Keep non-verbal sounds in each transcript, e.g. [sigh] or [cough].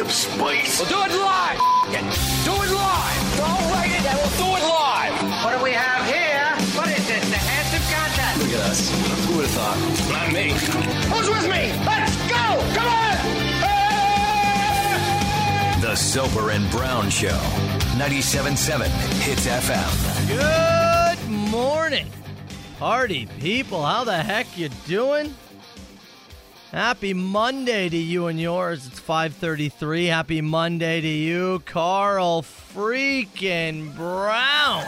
of spice. We'll do it live. F- it. Do it live. Don't write it and we'll do it live. What do we have here? What is this? The handsome contest. Look at us. Who would have thought? Not me. Who's with me? Let's go. Come on. Hey! The Soper and Brown Show, 97.7 Hits FM. Good morning, party people. How the heck you doing? Happy Monday to you and yours. It's 5:33. Happy Monday to you, Carl freaking Brown.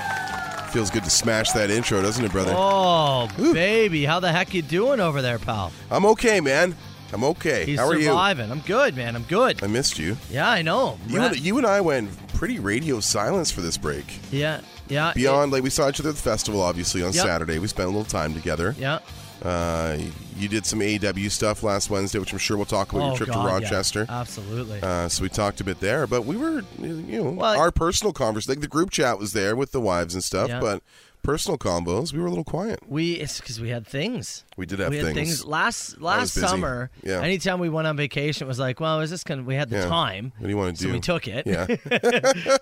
Feels good to smash that intro, doesn't it, brother? [laughs] Oh, Ooh. baby, how the heck you doing over there, pal? I'm okay, man. I'm okay. He's how are surviving. I'm good, man. I'm good. you? I missed you. yeah, I know. You and, you and I went pretty radio silence for this break. yeah, yeah. Beyond, like, we saw each other at the festival, obviously, on Yep. Saturday. We spent a little time together. yeah. Uh, you did some AEW stuff last Wednesday, which I'm sure we'll talk about Oh, your trip God, to yeah. Rochester. Absolutely. Uh, so we talked a bit there, but we were, you know, Well, our personal conversation. Like the group chat was there with the wives and stuff, Yeah. but personal combos, we were a little quiet. We it's because we had things. We did have we had things. things. last last busy. summer. Yeah. Anytime we went on vacation, it was like, well, is this gonna? We had the Yeah. time, What do you want to so do? we took it. Yeah, [laughs]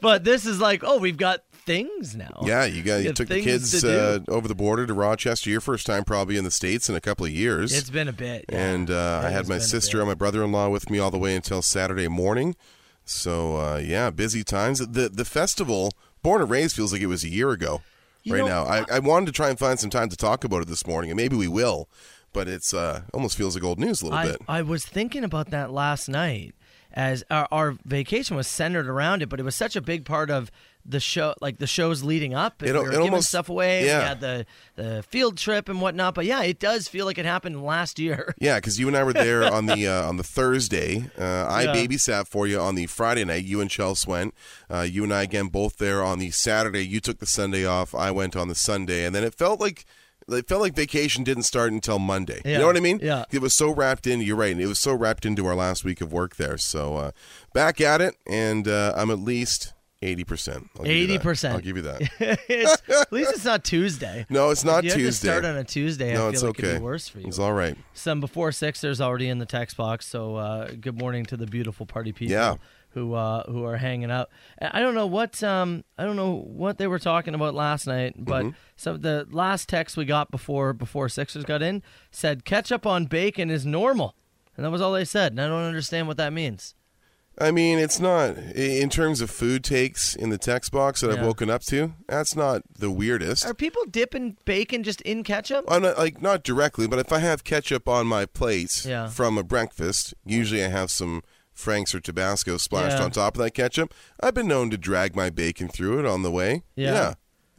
but this is like, oh, we've got things now. yeah. You got We you have took the things to kids do. uh, over the border to Rochester. Your first time probably in the states in a couple of years. It's been a bit. yeah. and uh, I It had has my been a sister bit. and my brother-in-law with me all the way until Saturday morning. So uh, yeah, busy times. The the festival, Born and Raised, feels like it was a year ago. You right know, now, I, I wanted to try and find some time to talk about it this morning, and maybe we will. But it's uh, almost feels like old news a little I, bit. I was thinking about that last night as our, our vacation was centered around it, but it was such a big part of the show, like the shows leading up. And It we al- were it giving almost- stuff away. We yeah. had the, the field trip and whatnot. But yeah, it does feel like it happened last year. [laughs] Yeah, because you and I were there on the uh, on the Thursday. Uh, I babysat for you on the Friday night. You and Chels went. Uh, you and I again both there on the Saturday. You took the Sunday off. I went on the Sunday, and then it felt like it felt like vacation didn't start until Monday. You Yeah, know what I mean? yeah. It was so wrapped in. You're right. It was so wrapped into our last week of work there. So uh, back at it, and uh, I'm at least eighty percent. 80%. I'll give you that. It's- at least it's not Tuesday. No, [laughs] it's not you had to Tuesday. start on a Tuesday. no, I feel it's like okay. it'd be worse for you. It's all right. Some before six, there's already in the text box. So uh, good morning to the beautiful party people Yeah. who uh, who are hanging out. And I don't know what um I don't know what they were talking about last night, but Mm-hmm. some the last text we got before before Sixers got in said ketchup on bacon is normal, and that was all they said. And I don't understand what that means. I mean, it's not i- in terms of food takes in the text box that I've Yeah. woken up to. That's not the weirdest. Are people dipping bacon just in ketchup? I'm not, like not directly, but if I have ketchup on my plate Yeah. from a breakfast, usually I have some Frank's or Tabasco splashed Yeah. on top of that ketchup. I've been known to drag my bacon through it on the way. Yeah. yeah,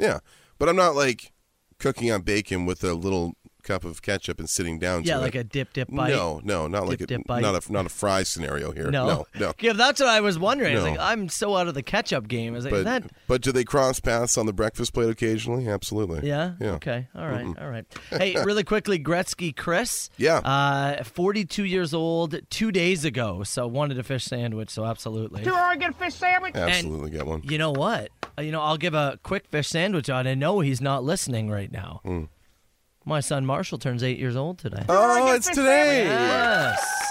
Yeah. But I'm not like cooking on bacon with a little cup of ketchup and sitting down. yeah, to like it. a dip dip bite. No, no, not like Dip, a, dip bite. not a not a fry scenario here. no, no. Yeah, that's what I was wondering. I was No. like, I'm so out of the ketchup game. I was like, But is that but do they cross paths on the breakfast plate occasionally? Absolutely. Yeah. Yeah. Okay. All right, all [laughs] right. Hey, really quickly, Gretzky Chris. Yeah. Uh, 42 years old, two days ago. So wanted a fish sandwich. So absolutely. Do I get a fish sandwich? Absolutely got one. You know what? Uh, You know, I'll give a quick fish sandwich on. I know he's not listening right now. My son Marshall turns eight years old today. Hmm. Oh, it's today. Ah. Yes.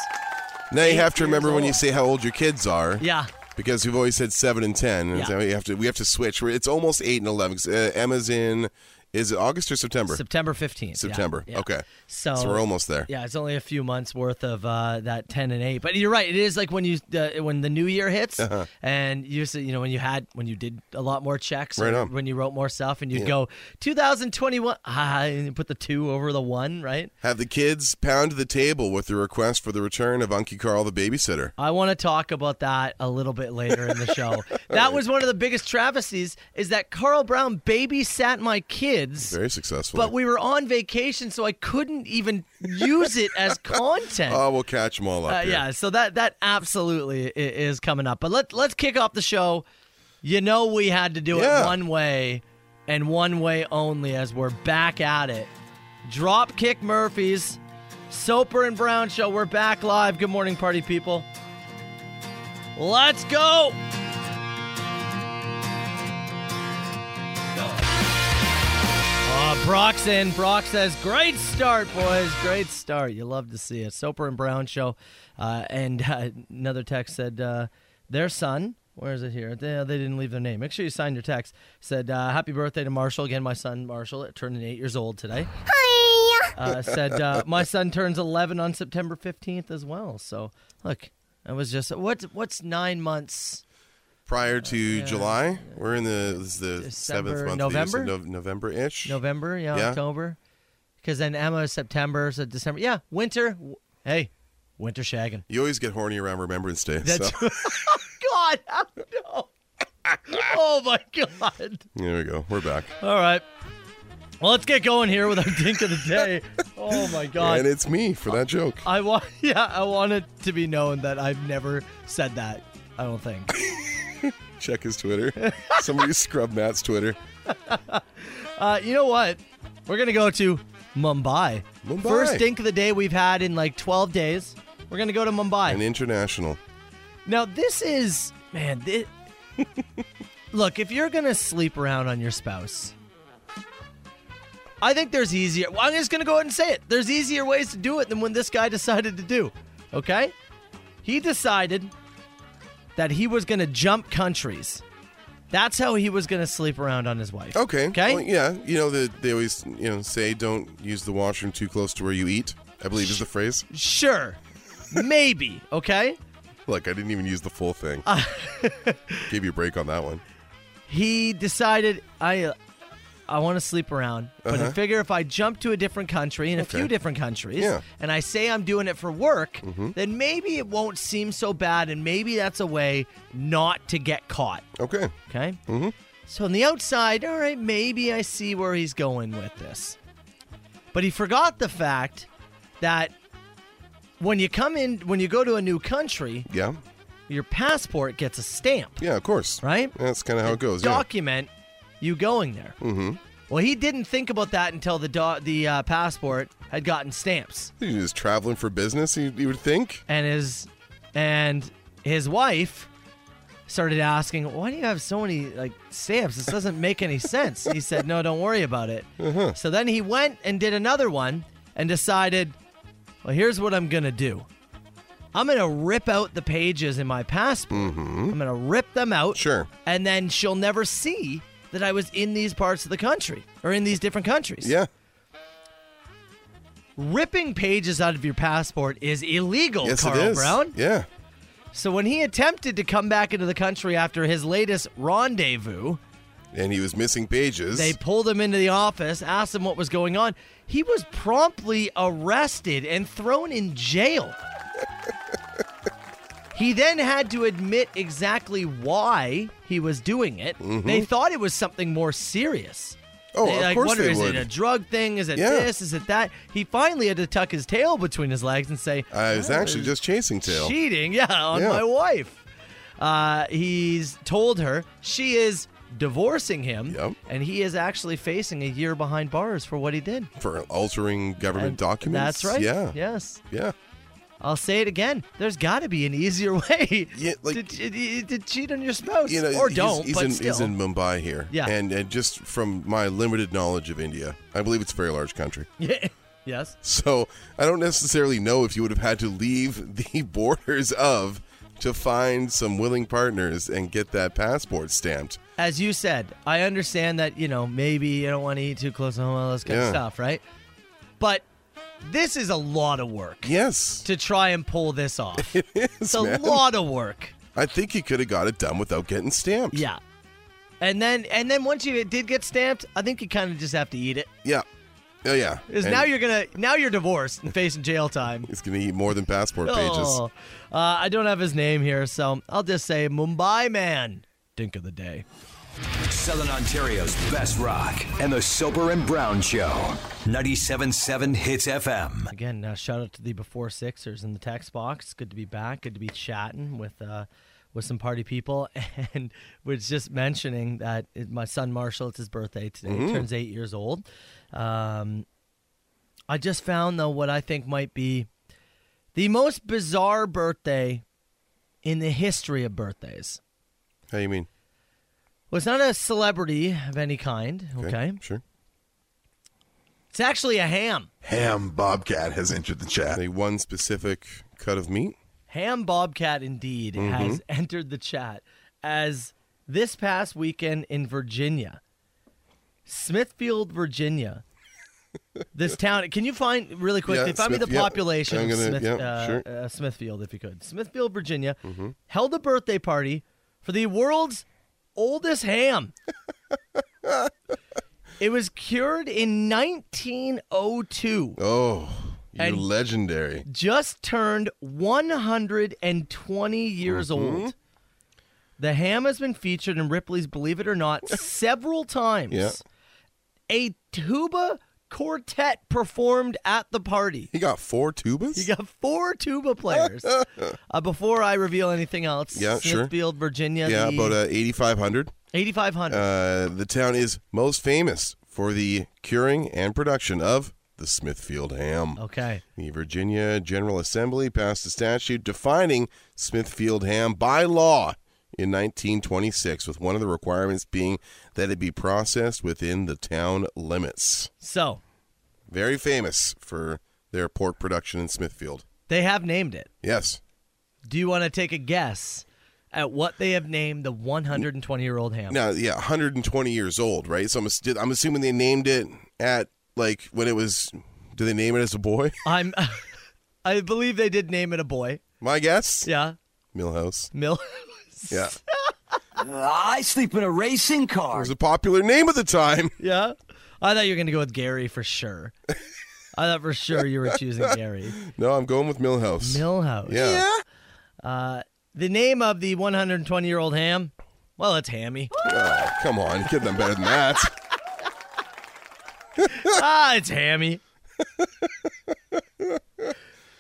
Now you have Eight to remember years when you old. say how old your kids are. Yeah. Because we've always said seven and ten, and Yeah. so you have to we have to switch. We're- It's almost eight and eleven. 'cause, Uh, Emma's in is it August or September? September 15th. yeah, September. yeah. Okay. So, So we're almost there. Yeah, it's only a few months worth of uh, that ten and eight. But you're right; it is like when you uh, when the new year hits, Uh-huh. and you s- you know when you had when you did a lot more checks, or Right on. when you wrote more stuff, and you'd go 2021, ah, and you put the two over the one, right? Have the kids pound the table with the request for the return of Unky Carl the babysitter. I want to talk about that a little bit later in the [laughs] show. that was one of the biggest travesties is that Carl Brown babysat my kids. Very successful. but we were on vacation, so I couldn't even use it as content. oh, we'll catch them all up. Uh, here. yeah, so that that absolutely i- is coming up. But let let's kick off the show. You know we had to do it Yeah. one way and one way only as we're back at it. Dropkick Murphys, Soper and Brown show. We're back live. Good morning, party people. Let's go. Oh Uh, Brock's in. Brock says, "Great start, boys. Great start. You love to see it." Soper and Brown show, uh, and uh, another text said, uh, "Their son." Where is it here? They, they didn't leave their name. Make sure you sign your text. Said, uh, "Happy birthday to Marshall again, my son Marshall. Turned eight years old today." uh, said uh, my son turns 11 on September 15th as well. So look, I was just what what's nine months? Prior to July, we're in the this is the Uh, December, seventh month. November? November ish. November, yeah, Yeah. October. Because then Emma is September, so December. Yeah, winter. W- Hey, winter shagging. You always get horny around Remembrance Day. That's [laughs] so, God, how- no. Oh my God. there we go. We're back, All right. Well, let's get going here with our dink of the day. Oh [laughs] my God. and it's me for that joke. I want, [laughs] yeah, I want it to be known that I've never said that. I don't think. Check [laughs] his Twitter. Somebody scrub Matt's Twitter. Uh, you know what? We're gonna go to Mumbai. Mumbai. First dink of the day we've had in like 12 days. We're gonna go to Mumbai. An international. now this is man. This, look, if you're gonna sleep around on your spouse, I think there's easier. Well, I'm just gonna go ahead and say it. There's easier ways to do it than when this guy [laughs] decided to do. Okay? He decided that he was gonna jump countries. That's how he was gonna sleep around on his wife. Okay. Okay. Well, yeah. You know the, they always you know say don't use the washroom too close to where you eat. I believe is the phrase. Sure. Maybe. Okay? Look, I didn't even use the full thing. [laughs] Gave you a break on that one. He decided I uh, I want to sleep around, but I figure if I jump to a different country in a few Uh-huh. Okay. different countries Yeah. Mm-hmm. and I say I'm doing it for work, then maybe it won't seem so bad and maybe that's a way not to get caught, Okay. okay? Mm-hmm. So on the outside, all right, maybe I see where he's going with this. But he forgot the fact that when you come in when you go to a new country, Yeah. your passport gets a stamp. Yeah. Of course. Right? That's kind of how it goes. yeah. document you going there. Mm-hmm. Well, he didn't think about that until the do- the uh, passport had gotten stamps, He was traveling for business. You, you would think. and his and his wife started asking, "Why do you have so many like stamps? This doesn't make any sense." he said, "No, don't worry about it." So then he went and did another one and decided, "Well, here's what I'm gonna do." I'm gonna rip out the pages in my passport. I'm gonna rip them out. Sure. and then she'll never see that I was in these parts of the country or in these different countries. Yeah. Ripping pages out of your passport is illegal, Yes, Carl it is. Brown. Yeah. So when he attempted to come back into the country after his latest rendezvous, And he was missing pages. they pulled him into the office, asked him what was going on. He was promptly arrested and thrown in [laughs] jail. he then had to admit exactly why he was doing it. Mm-hmm. They thought it was something more serious. oh, They, of like, course wonder, they is would. it a drug thing? Is it Yeah. this? Is it that? He finally had to tuck his tail between his legs and say, "Oh, I Uh, was actually just chasing tail. cheating, yeah, on Yeah. my wife. Uh, he's told her she is divorcing him, Yep. and he is actually facing a year behind bars for what he did. for altering government And documents. That's right. Yeah. Yes. Yeah. I'll say it again. There's got to be an easier [laughs] way Yeah, like- to, to, to cheat on your spouse, You know, or he's- don't. He's, but in, still. he's in Mumbai here. Yeah. And, and just from my limited knowledge of India, I believe it's a very large country. [laughs] Yeah. [laughs] yes. So I don't necessarily know if you would have had to leave [laughs] the borders of to find some willing partners and get that passport stamped. as you said, I understand that, you know, maybe you don't want to eat too close to home, all this kind of Yeah. stuff, right? But this is a lot of work Yes. to try and pull this [laughs] off. it's a lot of work. I think he could have got it done without getting stamped. Yeah. And then and then once you it did get stamped, I think you kind of just have to eat it. Yeah. Oh, yeah. Because And now you're gonna now you're divorced and facing jail time. He's going to eat more than passport [laughs] pages. Oh. Uh, I don't have his name here, so I'll just say Mumbai man. Dink of the day. Southern Ontario's best rock and the Soper and Brown Show. 97.7 Hits FM. Again, uh, shout out to the before Sixers in the text box. Good to be back. Good to be chatting with uh, with some party people, [laughs] and was just mentioning that it, my son Marshall, it's his birthday today. He turns eight years old. Um, I just found though what I think might be the most bizarre birthday in the history of birthdays. How you mean? Well, it's not a celebrity of any kind. Okay, Sure. It's actually a ham. Ham Bobcat has entered the chat. A one specific cut of meat. Ham Bobcat indeed Mm-hmm. has [laughs] entered the chat as this past weekend in Virginia, Smithfield, [laughs] Virginia. This town, can you find really quickly? Yeah, find me Smith- the yep. population I'm of gonna- Smith, yeah, uh, sure. Mm-hmm. uh, Smithfield, if you could. Smithfield, Virginia, held a birthday party for the world's oldest ham. [laughs] it was cured in 1902. Oh, you're And- legendary. just turned 120 years Mm-hmm. old. The ham has been featured in Ripley's Believe It or Not several times. Yeah. A tuba quartet performed at the party. He got four tubas? You got four tuba [laughs] players. uh, before I reveal anything else, Yeah, sure. Smithfield, Virginia, yeah, the about uh, 8,500. 8,500. Uh, the town is most famous for the curing and production of the Smithfield ham. okay. The Virginia General Assembly passed a statute defining Smithfield ham by law in 1926, with one of the requirements being that it be processed within the town limits. So Very famous for their pork production in Smithfield. they have named it. Yes. Do you want to take a guess at what they have named the 120 year old ham? Now, yeah, 120 years old, right? So I'm, ass- I'm assuming they named it at, like, when it was. Did they name it as a boy? [laughs] I'm. [laughs] I believe they did name it a boy. My guess? Yeah, Millhouse. Mill. Yeah. I sleep in a racing It car. was a popular name at the time. [laughs] yeah, I thought you were gonna go with Gary for sure. I thought for sure you were choosing [laughs] Gary No, I'm going with Millhouse. Millhouse. yeah. The name of the 120 year old ham. Well, it's [laughs] Hammy. Come on, get them better than that. ah, it's Hammy.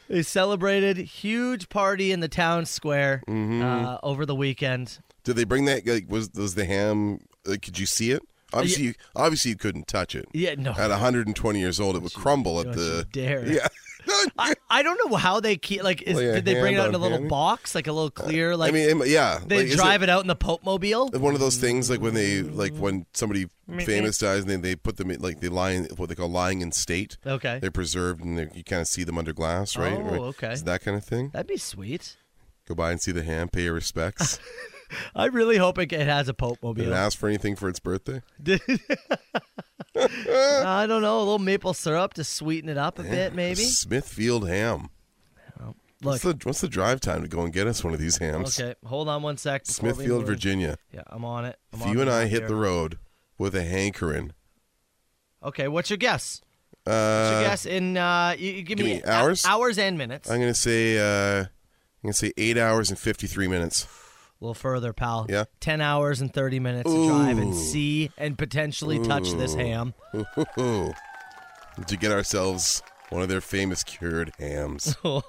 they celebrated huge party in the town square Mm-hmm. uh, over the weekend. Did they bring that? Like, was was the ham? Like, could you see it? Obviously, you, obviously you couldn't touch it. Yeah, no. At 120 years old, it would crumble at Don't the. you dare. Yeah. I, I don't know how they keep like. Is, Lay a did they bring it out hand in a on little Hammy? box, like a little clear, like I mean, it- yeah. They like, is drive it, out in the Pope Mobile. One of those things, like when they, like when somebody famous dies, and then they put them in, like they lie in what they call lying in state. Okay. They're preserved, and they you kind of see them under glass, right? Oh, Right. okay. Is that kind of thing. That'd be sweet. Go by and see the ham, pay [laughs] your respects, I really hope it, it has a Pope and Mobile. ask for anything for its birthday. [laughs] I don't know, a little maple syrup to sweeten it up a bit, maybe. Smithfield ham. Look, What's the, what's the drive time to go and get us one of these hams? okay, hold on one sec. before we Smithfield, move. Virginia. Yeah, I'm on it. I'm If on you and I map hit here. the road with a hankering, Okay, what's your guess? What's uh, your guess in? Uh, you, you give, give me, me hours? hours and minutes. I'm A gonna say uh, I'm gonna say eight hours and fifty three minutes. [laughs] little further, pal. Yeah. Ten hours and thirty minutes to drive and see and potentially touch this ham. Ooh. To get ourselves one of their famous cured [laughs] hams. Oh,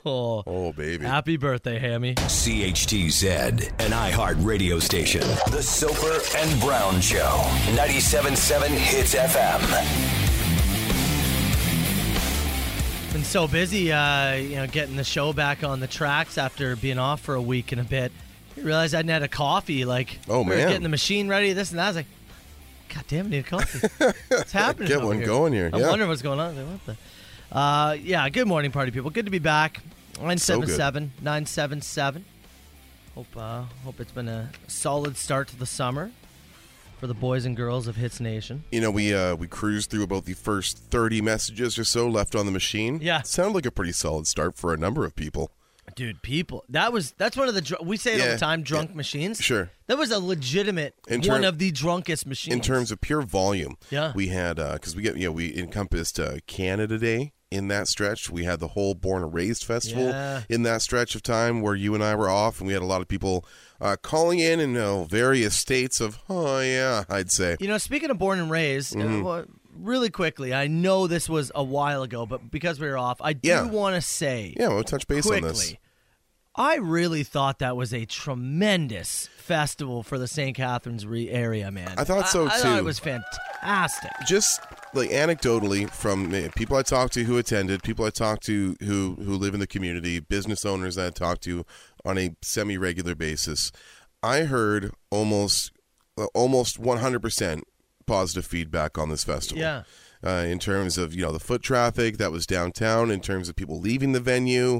Oh baby, happy birthday, Hammy. CHTZ, an iHeart radio station. The Soper and Brown Show. 97.7 Hits FM. Been so busy, uh, you know, getting the show back on the tracks after being off for a week and a bit. I realized I hadn't had a coffee. Like, Oh, we were man. getting the machine ready, this and that. I was like, God damn, I need a [laughs] coffee. What's happening? Get over one here? going here, I'm yeah. wondering what's going on. Like, what the? Uh, yeah. Good morning, party people. Good to be back. Nine seven seven nine seven seven. Hope uh, hope it's been a solid start to the summer for the boys and girls of Hits Nation. you know we uh, we cruised through about the first thirty messages or so left on the machine. Yeah. sounded like a pretty solid start for a number of people. Dude, people. That was that's one of the dr- we say it all Yeah, the time. Drunk machines. Sure. that was a legitimate In one term- of the drunkest machines. in terms of pure volume. Yeah. we had because we get you know we encompassed uh, Canada Day in that stretch. We had the whole Born and Raised festival Yeah. in that stretch of time where you and I were off, and we had a lot of people uh, calling in in uh, various states of oh yeah, I'd say you know, speaking of born and raised, uh, Mm-hmm. well, really quickly, I know this was a while ago, but because we were off, I do Yeah. want to say yeah. We'll touch base on this. quickly. I really thought that was a tremendous festival for the St. Catharines re- area, man. I thought so, I thought it too. was fantastic. just like anecdotally from uh, people I talked to who attended, people I talked to who who live in the community, business owners that I talked to on a semi regular basis, I heard almost uh, almost 100% positive feedback on this festival. Yeah. uh, in terms of you know the foot traffic that was downtown, in terms of people leaving the venue.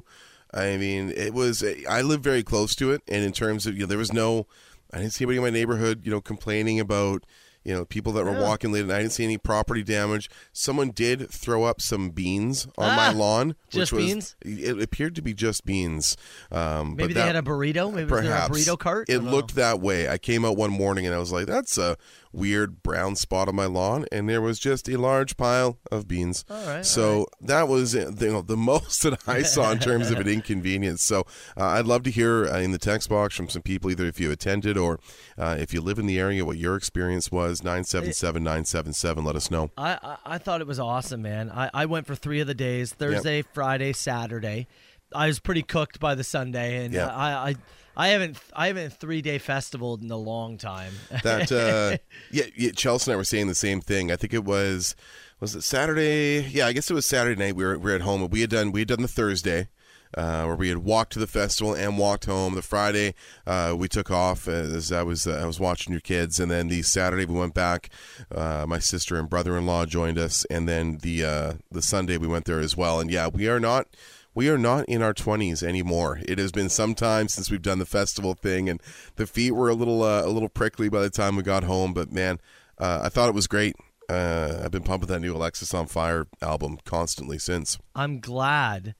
I mean, it was. I live very close to it, and in terms of you know, there was no. I didn't see anybody in my neighborhood, you know, complaining about you know people that were walking late, and I didn't see any property damage. Someone did throw up some beans on my Ah, lawn, just which was beans? it appeared to be just beans. Um, Maybe but they that, had a burrito. Maybe perhaps was there a burrito cart. I It don't looked know. that way. I came out one morning and I was like, "That's a weird brown spot on my lawn," and there was just a large pile of beans. All right, so that was uh, the, you know, the [laughs] most that I saw in [laughs] terms of an inconvenience. So uh, I'd love to hear uh, in the text box from some people, either if you attended or uh, if you live in the area, what your experience was. Eh. Nine seven seven nine seven seven. Let us know. I, I I thought it was awesome, man. I, I went for three of the days: Thursday, Friday, Saturday. I was pretty cooked by the Sunday, and uh, Yeah. I, I I haven't I haven't three day festivaled in a long time. [laughs] that uh yeah, yeah chelsea and i were saying the same thing i think it was was it saturday yeah i guess it was saturday night we were, we were at home but we had done we had done the thursday uh, where we had walked to the festival and walked home. The Friday uh, we took off as I was uh, I was watching your kids, and then the Saturday we went back. Uh, my sister and brother in law joined us, and then the uh, the Sunday we went there as well. And yeah, we are not we are not in our 20s anymore. It has been some time since we've done the festival thing, and the feet were a little uh, a little prickly by the time we got home. But man, uh, I thought it was great. Uh, I've been pumping that new Alexis on Fire album constantly since. I'm glad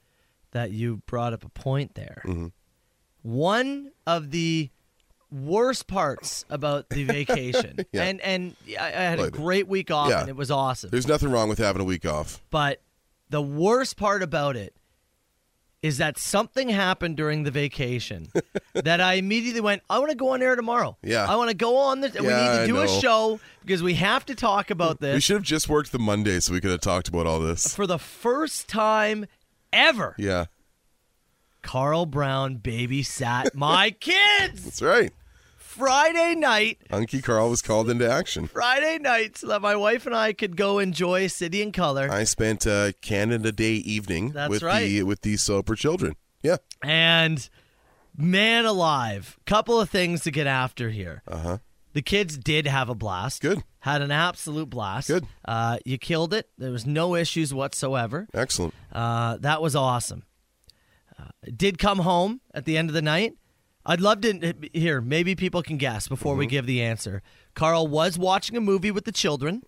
that you brought up a point there. Mm-hmm. One of the worst parts about the vacation, [laughs] Yeah. and and I, I had a Like- great week off, Yeah. and it was awesome. There's nothing wrong with having a week off. But the worst part about it is that something happened during the [laughs] vacation that I immediately went, I want to go on air tomorrow. Yeah. I want to go on this. we Yeah, need to I do a know. show because we have to talk about We this should have just worked the Monday so we could have talked about all this. for the first time ever. Yeah, Carl Brown babysat [laughs] my kids that's right. Friday night. Unky Carl was called into action. Friday night, so that my wife and I could go enjoy City in Color. I spent uh, Canada Day evening That's with the right. with the Soper children. Yeah, And man alive, couple of things to get after here. Uh huh. The kids did have a blast. Uh-huh. Good. Had an absolute blast. Good. Uh, you killed it. There was no issues whatsoever. excellent. Uh, that was awesome. Uh, did come home at the end of the night. I'd love to uh, here. Maybe people can guess before Mm-hmm. we give the answer. Carl was watching a movie with the [laughs] children.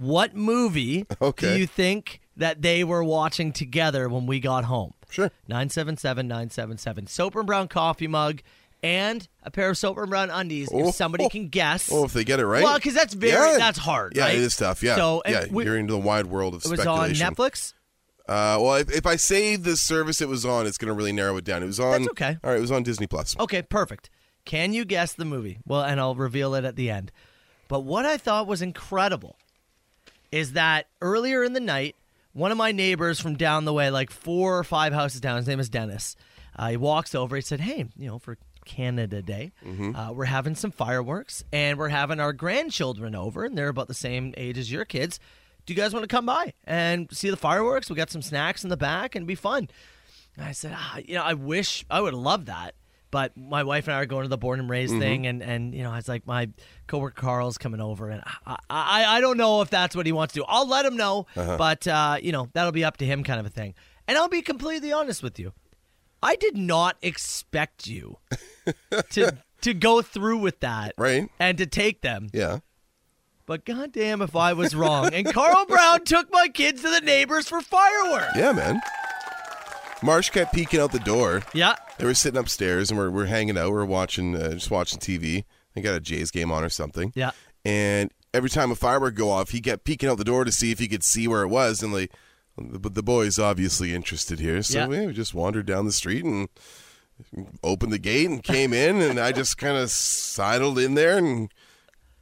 what movie Okay. do you think that they were watching together when we got home? Sure. 977 977. Soap and Brown coffee mug and a pair of Soap and Brown undies Oh. if somebody can guess. Oh, if they get it right. Well, 'cause that's very- Yeah. that's hard, Yeah, right? it is tough. Yeah, So, and yeah, we- you're into the wide world of it was on speculation. Netflix. Uh, well, if, if I say the service it was on, it's going to really narrow it down. It was on. That's okay. All right, it was on Disney Plus. Okay, perfect. Can you guess the movie? Well, and I'll reveal it at the end. But what I thought was incredible is that earlier in the night, one of my neighbors from down the way, like four or five houses down, his name is Dennis. Uh, he walks over. He said, "Hey, you know, for Canada Day, uh, we're having some fireworks, and we're having our grandchildren over, and they're about the same age as your kids. Do you guys want to come by and see the fireworks? We got some snacks in the back, and it'd be fun." And I said, ah, you know, I wish I would love that. But my wife and I are going to the born and raised Mm-hmm. thing, and, and you know, I was like, my coworker Carl's coming over, and I, I I don't know if that's what he wants to do. I'll let him know, Uh-huh. but uh, you know, that'll be up to him, kind of a thing. And I'll be completely honest with you, I did not expect [laughs] you to to go through with that, Right. And to take them, Yeah. but goddamn if I was wrong. and Carl [laughs] Brown took my kids to the neighbors for fireworks. Yeah, man. Marsh kept peeking out the door. Yeah, They were sitting upstairs and we're, we're hanging out. We're watching, uh, just watching TV. They got a Jays game on or something. Yeah. And every time a firework go off, he kept peeking out the door to see if he could see where it was. And like, but the boy's obviously interested here, so Yeah. we, we just wandered down the street and opened the gate and came in, and I just kind of sidled in there and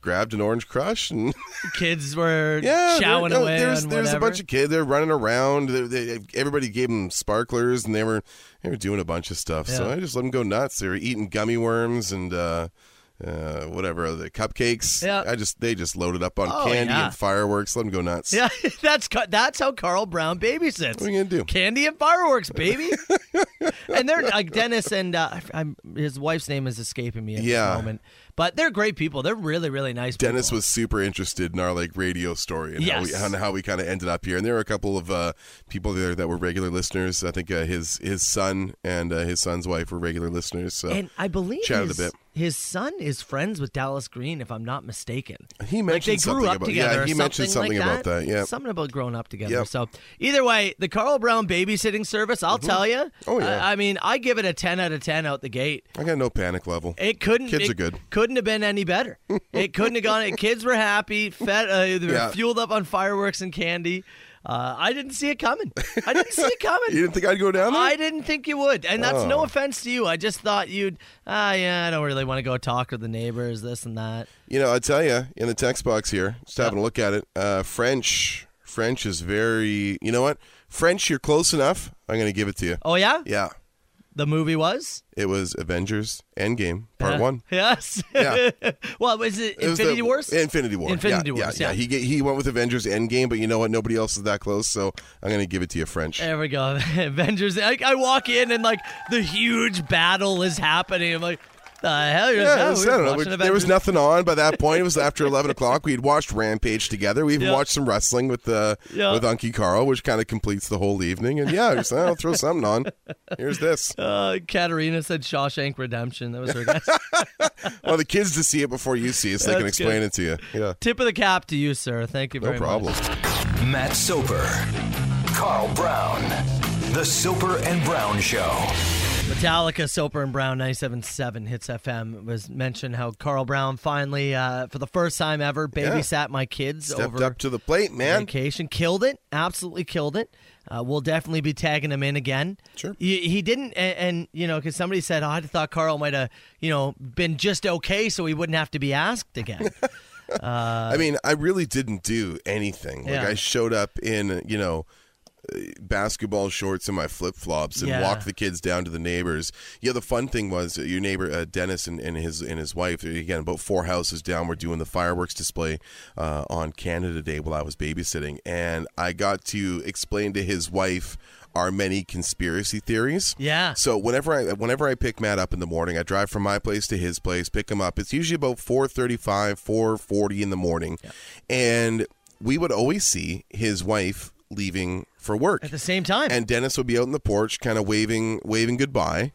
grabbed an orange crush and kids were yeah, there- chowing no, away. There's on there's whatever. a bunch [laughs] of kids. They're running around. They, they, everybody gave them sparklers, and they were they were doing a bunch of stuff. So Yeah. I just let them go nuts. They were eating gummy worms and uh, uh, whatever the cupcakes. Yeah. I just they just loaded up on Oh, candy yeah. and fireworks. Let them go nuts. Yeah, that's ca- that's how Carl Brown babysits. What are you gonna do? [laughs] Candy and fireworks, baby. and they're like Dennis and uh, I'm, his wife's name is escaping me at Yeah. this moment. But they're great people. They're really, really nice. Dennis people. was super interested in our like radio story and Yes. how we, and how we kind of ended up here. And there were a couple of uh, people there that were regular listeners. I think uh, his his son and uh, his son's wife were regular listeners. So and I believe Chatted a his, bit. his son is friends with Dallas Green, if I'm not mistaken. he Like mentioned they grew something up about together. yeah. or He mentioned something like about that. Yeah. something about growing up together. Yep. So either way, the Carl Brown babysitting service, I'll tell you. Oh, yeah. I, I mean, I give it a ten out of ten out the gate. I got no panic level. It couldn't. Kids it are good. Couldn't have been any [laughs] better. it couldn't have gone. Kids were happy. Fed. Uh, they were Yeah. fueled up on fireworks and candy. Uh, I didn't see it coming. I didn't see it coming. You didn't think I'd go down there? I didn't think you would, and that's Oh. no offense to you. I just thought you'd. Ah, yeah. I don't really want to go talk to the neighbors. This and that. You know, I tell you, in the text box here, just having a look at it, uh, French, French is very. You know what? French, you're close enough. I'm going to give it to you. Oh yeah. Yeah, The movie was. it was Avengers Endgame Part Yeah. [laughs] One. Yes. [laughs] Yeah. well, was it, It was Infinity the- Wars? Infinity War. Infinity yeah, Wars, yeah. He ga- he went with Avengers Endgame, but you know what? Nobody else is that close, so I'm going to give it to you, French. there we go. [laughs] Avengers. I, I walk in and like the huge battle is happening. I'm like, the hell? You're Yeah, oh, it was- we're I don't know. watching we- there was Avengers. nothing on by that point. It was after 11 o'clock. We had watched Rampage together. We even Yeah. watched some wrestling with uh, Yeah. with Unky Carl, which kind of completes the whole evening. And yeah, I was, I'll throw something on. Here's this. Uh, Katarina said Shawshank Redemption. That was [laughs] her guess. Well, the kids to see it before you see it, so they can That's explain good. it to you. Yeah, Tip of the cap to you, sir. Thank you no very problem. much. Matt Soper, Carl Brown, The Soper and Brown Show. Metallica, Soper and Brown, 97.7 Hits FM was mentioned how Carl Brown finally, uh, for the first time ever, babysat my kids Stepped over up to the plate, man. vacation. Killed it. Absolutely killed it. Uh, we'll definitely be tagging him in again. Sure. He, he didn't, and, and you know, because somebody said, oh, I thought Carl might have, you know, been just okay so he wouldn't have to be asked [laughs] again. I mean, I really didn't do anything. Like Yeah. I showed up in, you know, uh, basketball shorts and my flip flops and Yeah. walked the kids down to the neighbors. Yeah, the fun thing was uh, your neighbor uh, Dennis and, and his and his wife uh, again about four houses down were doing the fireworks display uh, on Canada Day while I was babysitting, and I got to explain to his wife our many conspiracy theories. Yeah. So whenever I whenever I pick Matt up in the morning, I drive from my place to his place, pick him up. It's usually about 4:35, 4:40 in the morning. And we would always see his wife leaving for work. At the same time. and Dennis would be out in the porch kind of waving waving goodbye.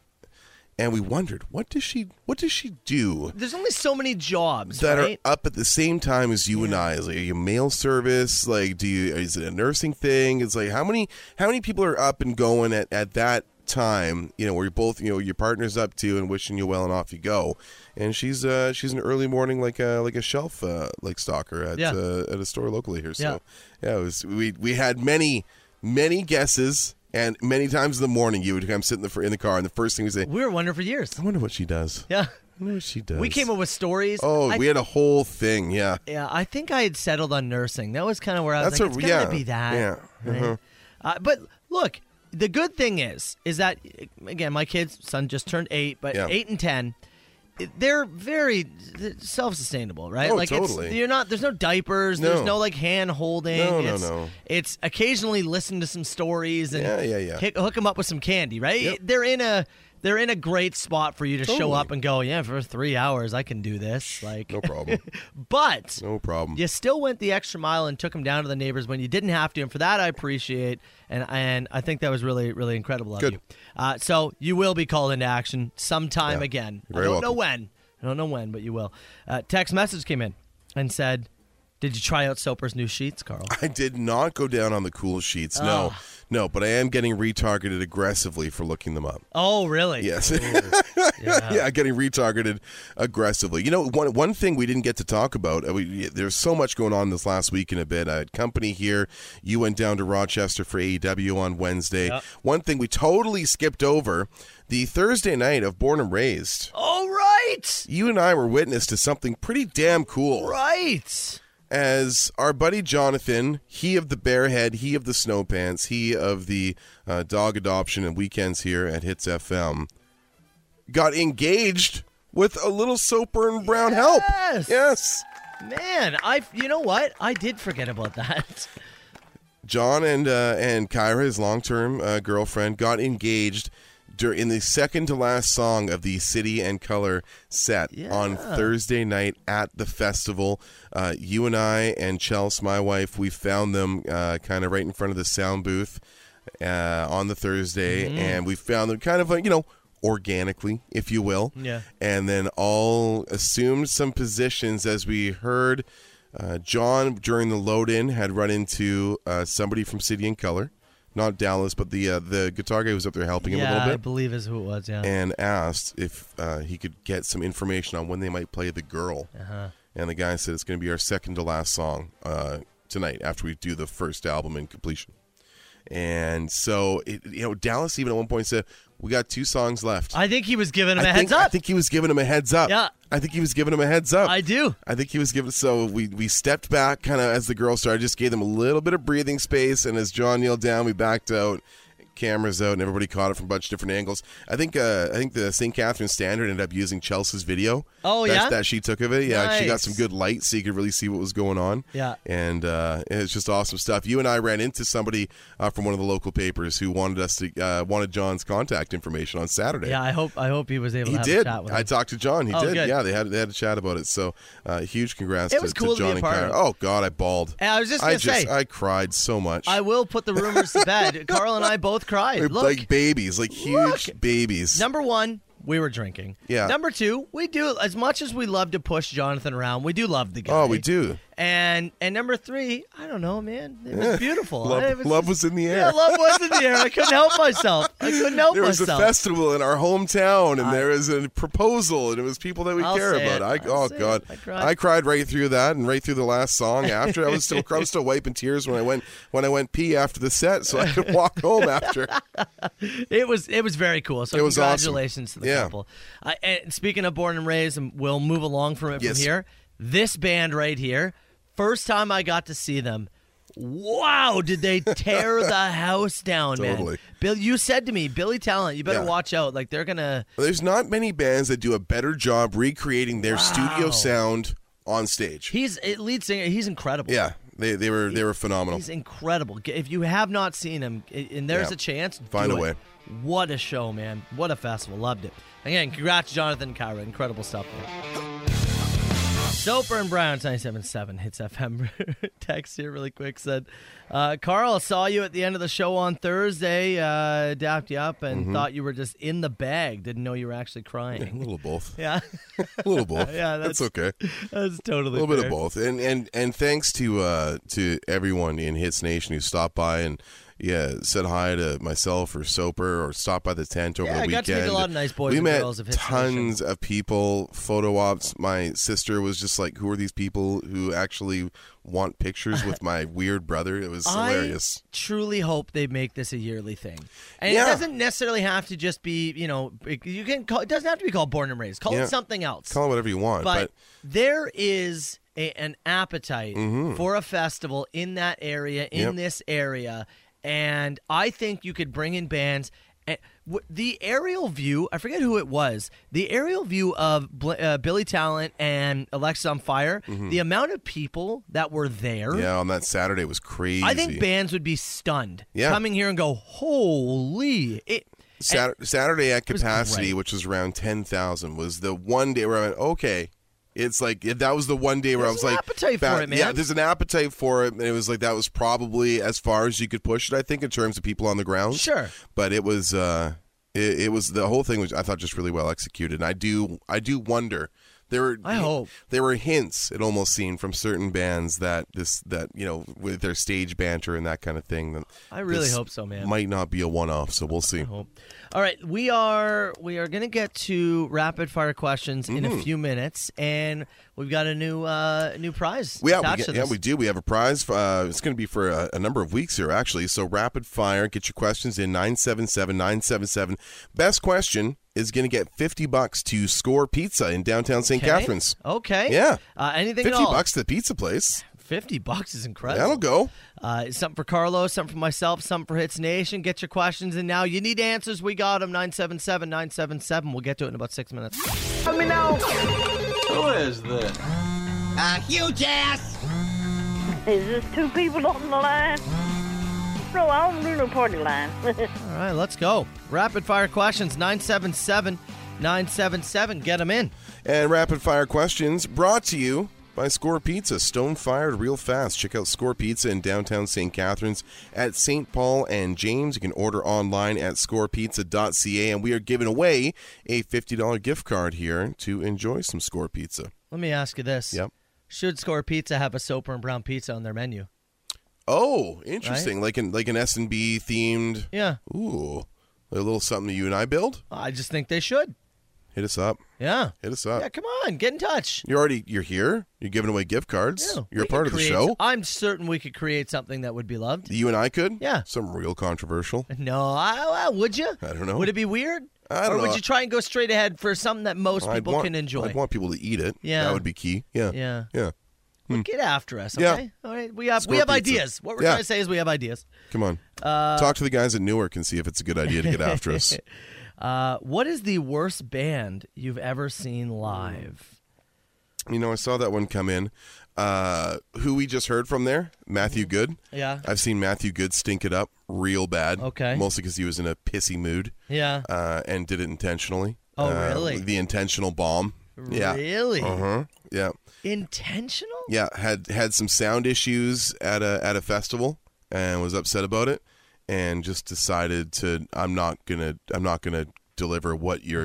And we wondered, what does she what does she do There's only so many jobs, that right? are up at the same time as you and I. Is like, are you mail service? Like, do you? Is it a nursing thing? It's like how many how many people are up and going at at that time? You know, where you're both you know your partner's up to and wishing you well, and off you go. And she's uh she's an early morning like a like a shelf uh, like stalker at Yeah. uh, at a store locally here. So yeah, it was we we had many many guesses. And many times in the morning, you would come sit in the fr- in the car, and the first thing we say, we were wondering for years. "I wonder what she does." Yeah. I wonder what she does. We came up with stories. Oh, I we had a whole thing. Yeah. Yeah, I think I had settled on nursing. That was kind of where I was That's like, a- it's gotta yeah, be that. yeah, uh-huh. right? Uh, but look, the good thing is, is that uh, again, my kids, son just turned eight, but Yeah. eight and ten, they're very self-sustainable, right? Oh, like it's, totally. you're not. There's no diapers. There's No. no like hand holding. No, no, it's, no. It's occasionally listen to some stories and Yeah, yeah, yeah. Hick, hook them up with some candy, right? Yep. They're in a. They're in a great spot for you to show Totally. up and go, yeah, for three hours I can do this. Like, No problem. but No problem. you still went the extra mile and took them down to the neighbors when you didn't have to, and for that I appreciate, and and I think that was really really incredible of Good. you. Uh, so you will be called into action sometime Yeah. again. You're I very don't know welcome. when. I don't know when, but you will. Uh, text message came in and said, "Did you try out Soper's new sheets, Carl?" I did not go down on the cool sheets. No, no, but I am getting retargeted aggressively for looking them up. oh, really? Yes. [laughs] yeah, getting retargeted aggressively. You know, one one thing we didn't get to talk about. uh, We, there's so much going on this last week in a bit. I had company here. You went down to Rochester for AEW on Wednesday. One thing we totally skipped over: the Thursday night of Born and Raised. Oh, right, You and I were witness to something pretty damn cool. right. as our buddy Jonathan, he of the bear head, he of the snow pants, he of the uh, dog adoption and weekends here at Hits FM, got engaged with a little Soper and Brown help. Yes. Yes. Man, I you know what? I did forget about that. John and uh, and Kyra, his long term uh, girlfriend, got engaged dur- in the second to last song of the City and Color set on Thursday night at the festival. Uh, you and I and Chels, my wife, we found them uh, kind of right in front of the sound booth uh, on the Thursday, and we found them kind of like you know organically, if you will. Yeah. And then all assumed some positions as we heard. Uh, John during the load in had run into uh, somebody from City and Color, not Dallas, but the uh, the guitar guy who was up there helping him a yeah, little bit I believe is who it was. Yeah. and asked if uh, he could get some information on when they might play the girl. Uh-huh. And the guy said it's going to be our second to last song uh, tonight after we do the first album in completion. And so, it, you know, Dallas even at one point said, "We got two songs left." I think he was giving him a I heads think, I up. think he was giving him a heads up. Yeah. I think he was giving him a heads up. I do. I think he was giving. So we we stepped back, kind of as the girl started, just gave them a little bit of breathing space, and as John kneeled down, we backed out, cameras out, and everybody caught it from a bunch of different angles. I think uh, I think the St. Catherine Standard ended up using Chelsea's video. Oh, That's- yeah? that she took of it. Yeah, she got Nice. some good light, so you could really see what was going on. Yeah. and uh, it's just awesome stuff. You and I ran into somebody uh, from one of the local papers who wanted us to uh, wanted John's contact information on Saturday. Yeah, I hope I hope he was able He to have a did. chat with I him. talked to John. He Oh, did. good. Yeah, they had they had a chat about it. So uh, huge congrats It to, was to cool to be John a and part of Kyra. it. Oh God, I bawled. And I was just I gonna say- I cried so much. I will put the rumors to [laughs] bed. Carl and I both cried. Look, like babies, like huge Look. babies. Number one, we were drinking. Yeah. Number two, we do as much as we love to push Jonathan around. We do love the guy. oh, we do. And and number three, I don't know, man. It was beautiful. Love- It was love was in the air. Yeah, love was in the air. I couldn't help myself. I couldn't help There was a myself. festival in our hometown, and there was a proposal, and it was people that we I'll care say about. it. I I'll oh say it. god, I cried. right through that, and right through the last song. After I was still, I was still wiping tears when I went when I went pee after the set, so I [laughs] could walk home after. It was it was very cool. So It was awesome. congratulations to the Yeah. couple. I, and speaking of born and raised, and we'll move along from it Yes. from here. This band right here, first time I got to see them. Wow, did they [laughs] tear the house down, man? Totally. Bill, you said to me, Billy Talent, you better Yeah. watch out. Like they're gonna. There's not many bands that do a better job recreating their studio sound on stage. He's eh, lead singer. He's incredible. yeah, they, they were they were phenomenal. he's incredible. G- If you have not seen him, i- and there's Oh. Yeah. a chance, Find do a it. way. What a show, man! What a festival. Loved it. Again, congrats, Jonathan Kyra. Incredible stuff. Man. Soper and Brown, 97.7 hits FM. [laughs] Text here really quick said, uh, Carl, saw you at the end of the show on Thursday. Uh, dapped you up Mm-hmm. and thought you were just in the bag. Didn't know you were actually A crying. little [laughs] of both. Yeah, A little of both. Yeah, that's, that's- okay. that's A totally little bit fair. of both. And and and thanks to uh to everyone in Hits Nation who stopped by and yeah, said hi to myself or Soper or stopped by the tent over Yeah, the I weekend. got to meet a lot of nice boys we and met girls of Hits tons of people, photo ops. My sister was just like, "Who are these people who actually want [laughs] pictures with my weird brother?" It was hilarious. I truly hope they make this a yearly thing, and Yeah. it doesn't necessarily have to just be you know it- you can call it doesn't have to be called born and raised. Call Yeah. it something else. Call it whatever you want, but, but, there is a, an appetite for a festival in that area, in Mm-hmm. Yep. this area, and I think you could bring in bands. And w- the aerial view, I forget who it was, the aerial view of Bl- uh, Billy Talent and Alexa on Fire, the amount of people that were there. Mm-hmm. yeah, on that Saturday was crazy. I think bands would be stunned Yeah. coming here and go, holy! It, Sat- Saturday at was capacity, great. which was around ten thousand, was the one day where I went, okay. It's like if that was the one day where There's I was an like, appetite for it, man. Yeah, there's an appetite for it, and it was like that was probably as far as you could push it. I think in terms of people on the ground, Sure. But it was, uh, it, it was the whole thing was I thought just really well executed. And I do, I do wonder there were, I hope. there were hints it almost seemed from certain bands that this that you know with their stage banter and that kind of thing. That I really this hope so, man. Might not be a one off, so we'll see. Hope. All right, we are we are gonna get to rapid fire questions in Mm-hmm. a few minutes, and we've got a new uh new prize We, yeah, we, attached get- to yeah, this. we do. We have a prize. Uh, it's going to be for a, a number of weeks here, actually. So rapid fire, get your questions in 977 977. Best question is going to get 50 bucks to score pizza in downtown St. Okay. Catharines. Okay. Yeah. Uh, anything 50 at all. bucks to the pizza place. Fifty bucks is incredible. That'll go. Uh, something for Carlos, something for myself, something for Hits Nation. Get your questions in now. You need answers. We got them. 977 977. We'll get to it in about six minutes. Is this two people on the line? no, I don't do no [laughs] party line. All right, let's go. Rapid fire questions 977 977. Get them in. And rapid fire questions brought to you by Score Pizza, stone fired real fast. Check out Score Pizza in downtown St. Catharines at St. Paul and James. You can order online at scorepizza.ca. And we are giving away a $50 gift card here to enjoy some Score Pizza. Let me ask you this. Yep. Should Score Pizza have a Soper and Brown pizza on their menu? Oh, interesting. Like an like an S and B themed. Yeah. Ooh, a little something that you and I build. I just think they should. Hit us up. Yeah. Hit us up. Yeah, come on. Get in touch. You're already you're here. You're giving away gift cards. Yeah, You're we a part could of the create- show. I'm certain we could create something that would be loved. you and I could. Yeah. Some real controversial. No, I, I, would you? I don't know. Would it be weird? I or don't know. would you try and go straight ahead for something that most I'd people want- can enjoy? I'd want people to eat it. Yeah. That would be key. Yeah. Yeah. Yeah. Well, get after us, Yeah. okay? All right. We have Score we have pizza. ideas. What we're Yeah. trying to say is we have ideas. Come on. Talk to the guys at Newark and see if it's a good idea to get [laughs] after us. Uh, what is the worst band you've ever seen live? You know, I saw that one come in. Uh, who we just heard from there, Matthew Good. Yeah. I've seen Matthew Good stink it up real bad. Okay. Mostly because he was in a pissy mood Yeah. uh, and did it intentionally. Oh, Uh, really? The intentional bomb. Yeah. Really? Uh-huh. Yeah. Intentional? Yeah. Had had some sound issues at a at a festival and was upset about it and just decided to I'm not gonna I'm not gonna deliver what you're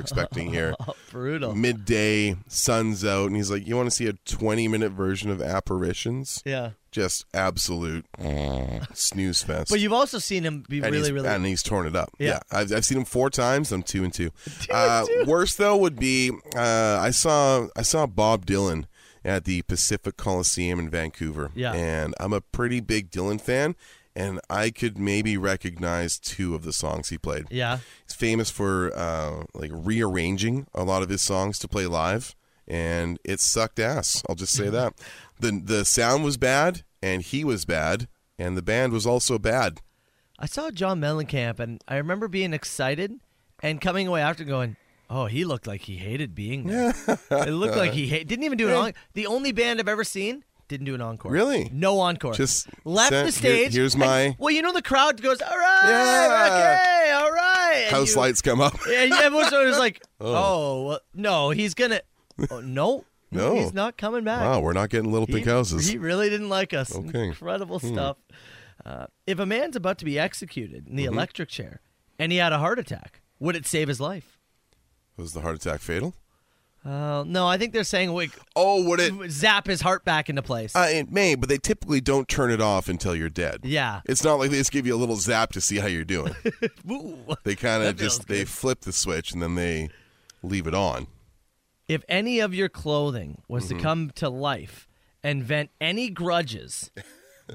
[laughs] expecting here. Oh, Brutal. Midday, sun's out, and he's like, You wanna see a twenty minute version of apparitions? yeah. Just [laughs] absolute snooze fest. But you've also seen him be and really, he's, really. and he's torn it up. Yeah. Yeah, I've, I've seen him four times. I'm two [laughs] and two. uh, Worst though would be uh, I saw I saw Bob Dylan at the Pacific Coliseum in Vancouver. Yeah. and I'm a pretty big Dylan fan, and I could maybe recognize two of the songs he played. yeah. He's famous for uh, like rearranging a lot of his songs to play live, and it sucked ass. I'll just say [laughs] that. the The sound was bad, and he was bad, and the band was also bad. I saw John Mellencamp, and I remember being excited and coming away after going, "Oh, he looked like he hated being [laughs] there. it looked like he ha- didn't even do an encore. The only band I've ever seen didn't do an encore. Really? No encore. Just left sent- the here- stage. here's and- my- well, you know the crowd goes, "All right, Yeah. okay, all right." and House you- lights come up. And everyone was [laughs] like, "Oh, well, no, he's gonna. Oh, no, [laughs] No. he's not coming back." Wow, we're not getting little He- pink houses. He really didn't like us. Okay. Hmm. Incredible stuff. Uh, if a man's about to be executed in the Mm-hmm. electric chair and he had a heart attack, would it save his life? Was the heart attack fatal? Uh, no, I think they're saying we Oh, would it? zap his heart back into place. Uh, it may, but they typically don't turn it off until you're dead. Yeah. it's not like they just give you a little zap to see how you're doing. Ooh. They kind of [laughs] That feels just they flip the switch and then they leave it on. If any of your clothing was Mm-hmm. to come to life and vent any grudges,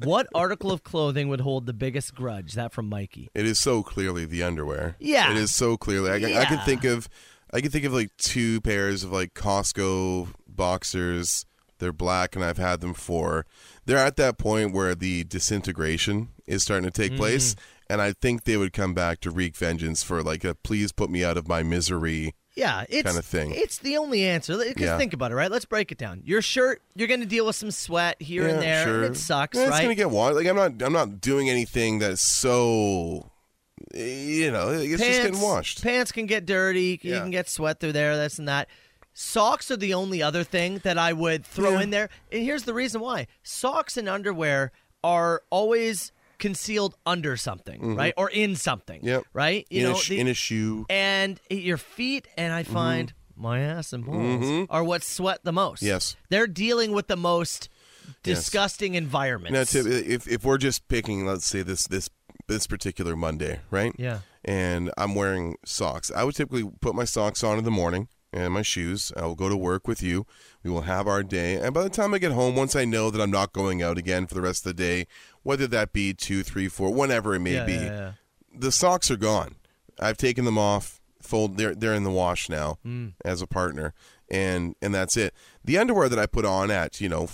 what article of clothing would hold the biggest grudge? That from Mikey. It is so clearly the underwear. Yeah. it is so clearly. I, I can Yeah. think of, I can think of like two pairs of like Costco boxers. They're black, and I've had them for. They're at that point where the disintegration is starting to take Mm. place, and I think they would come back to wreak vengeance for like a please put me out of my misery. Yeah, it's kinda thing. It's the only answer. Because Yeah. think about it, right? Let's break it down. Your shirt, you're going to deal with some sweat here and there, and it sucks, Yeah, It's right? gonna get water. Like I'm not, I'm not doing anything that's so, eh, you know, it's just getting washed. Pants can get dirty. You Yeah. can get sweat through there. This and that. Socks are the only other thing that I would throw Yeah. in there. And here's the reason why: socks and underwear are always concealed under something, right, or in something, Mm-hmm. Yep. right? You in, know, a sh- the- in a shoe. and your feet and I Mm-hmm. find my ass and balls are what sweat the most. Yes. They're dealing with the most disgusting Now, environments. Tip, if if we're just picking, let's say this this this particular Monday, right? Yeah. And I'm wearing socks. I would typically put my socks on in the morning and my shoes. I will go to work with you. We will have our day. And by the time I get home, once I know that I'm not going out again for the rest of the day, whether that be two, three, four, whenever it may Yeah, be, yeah, yeah. the socks are gone. I've taken them off. fold they're they're in the wash now Mm. as a partner and and that's it the underwear that i put on at you know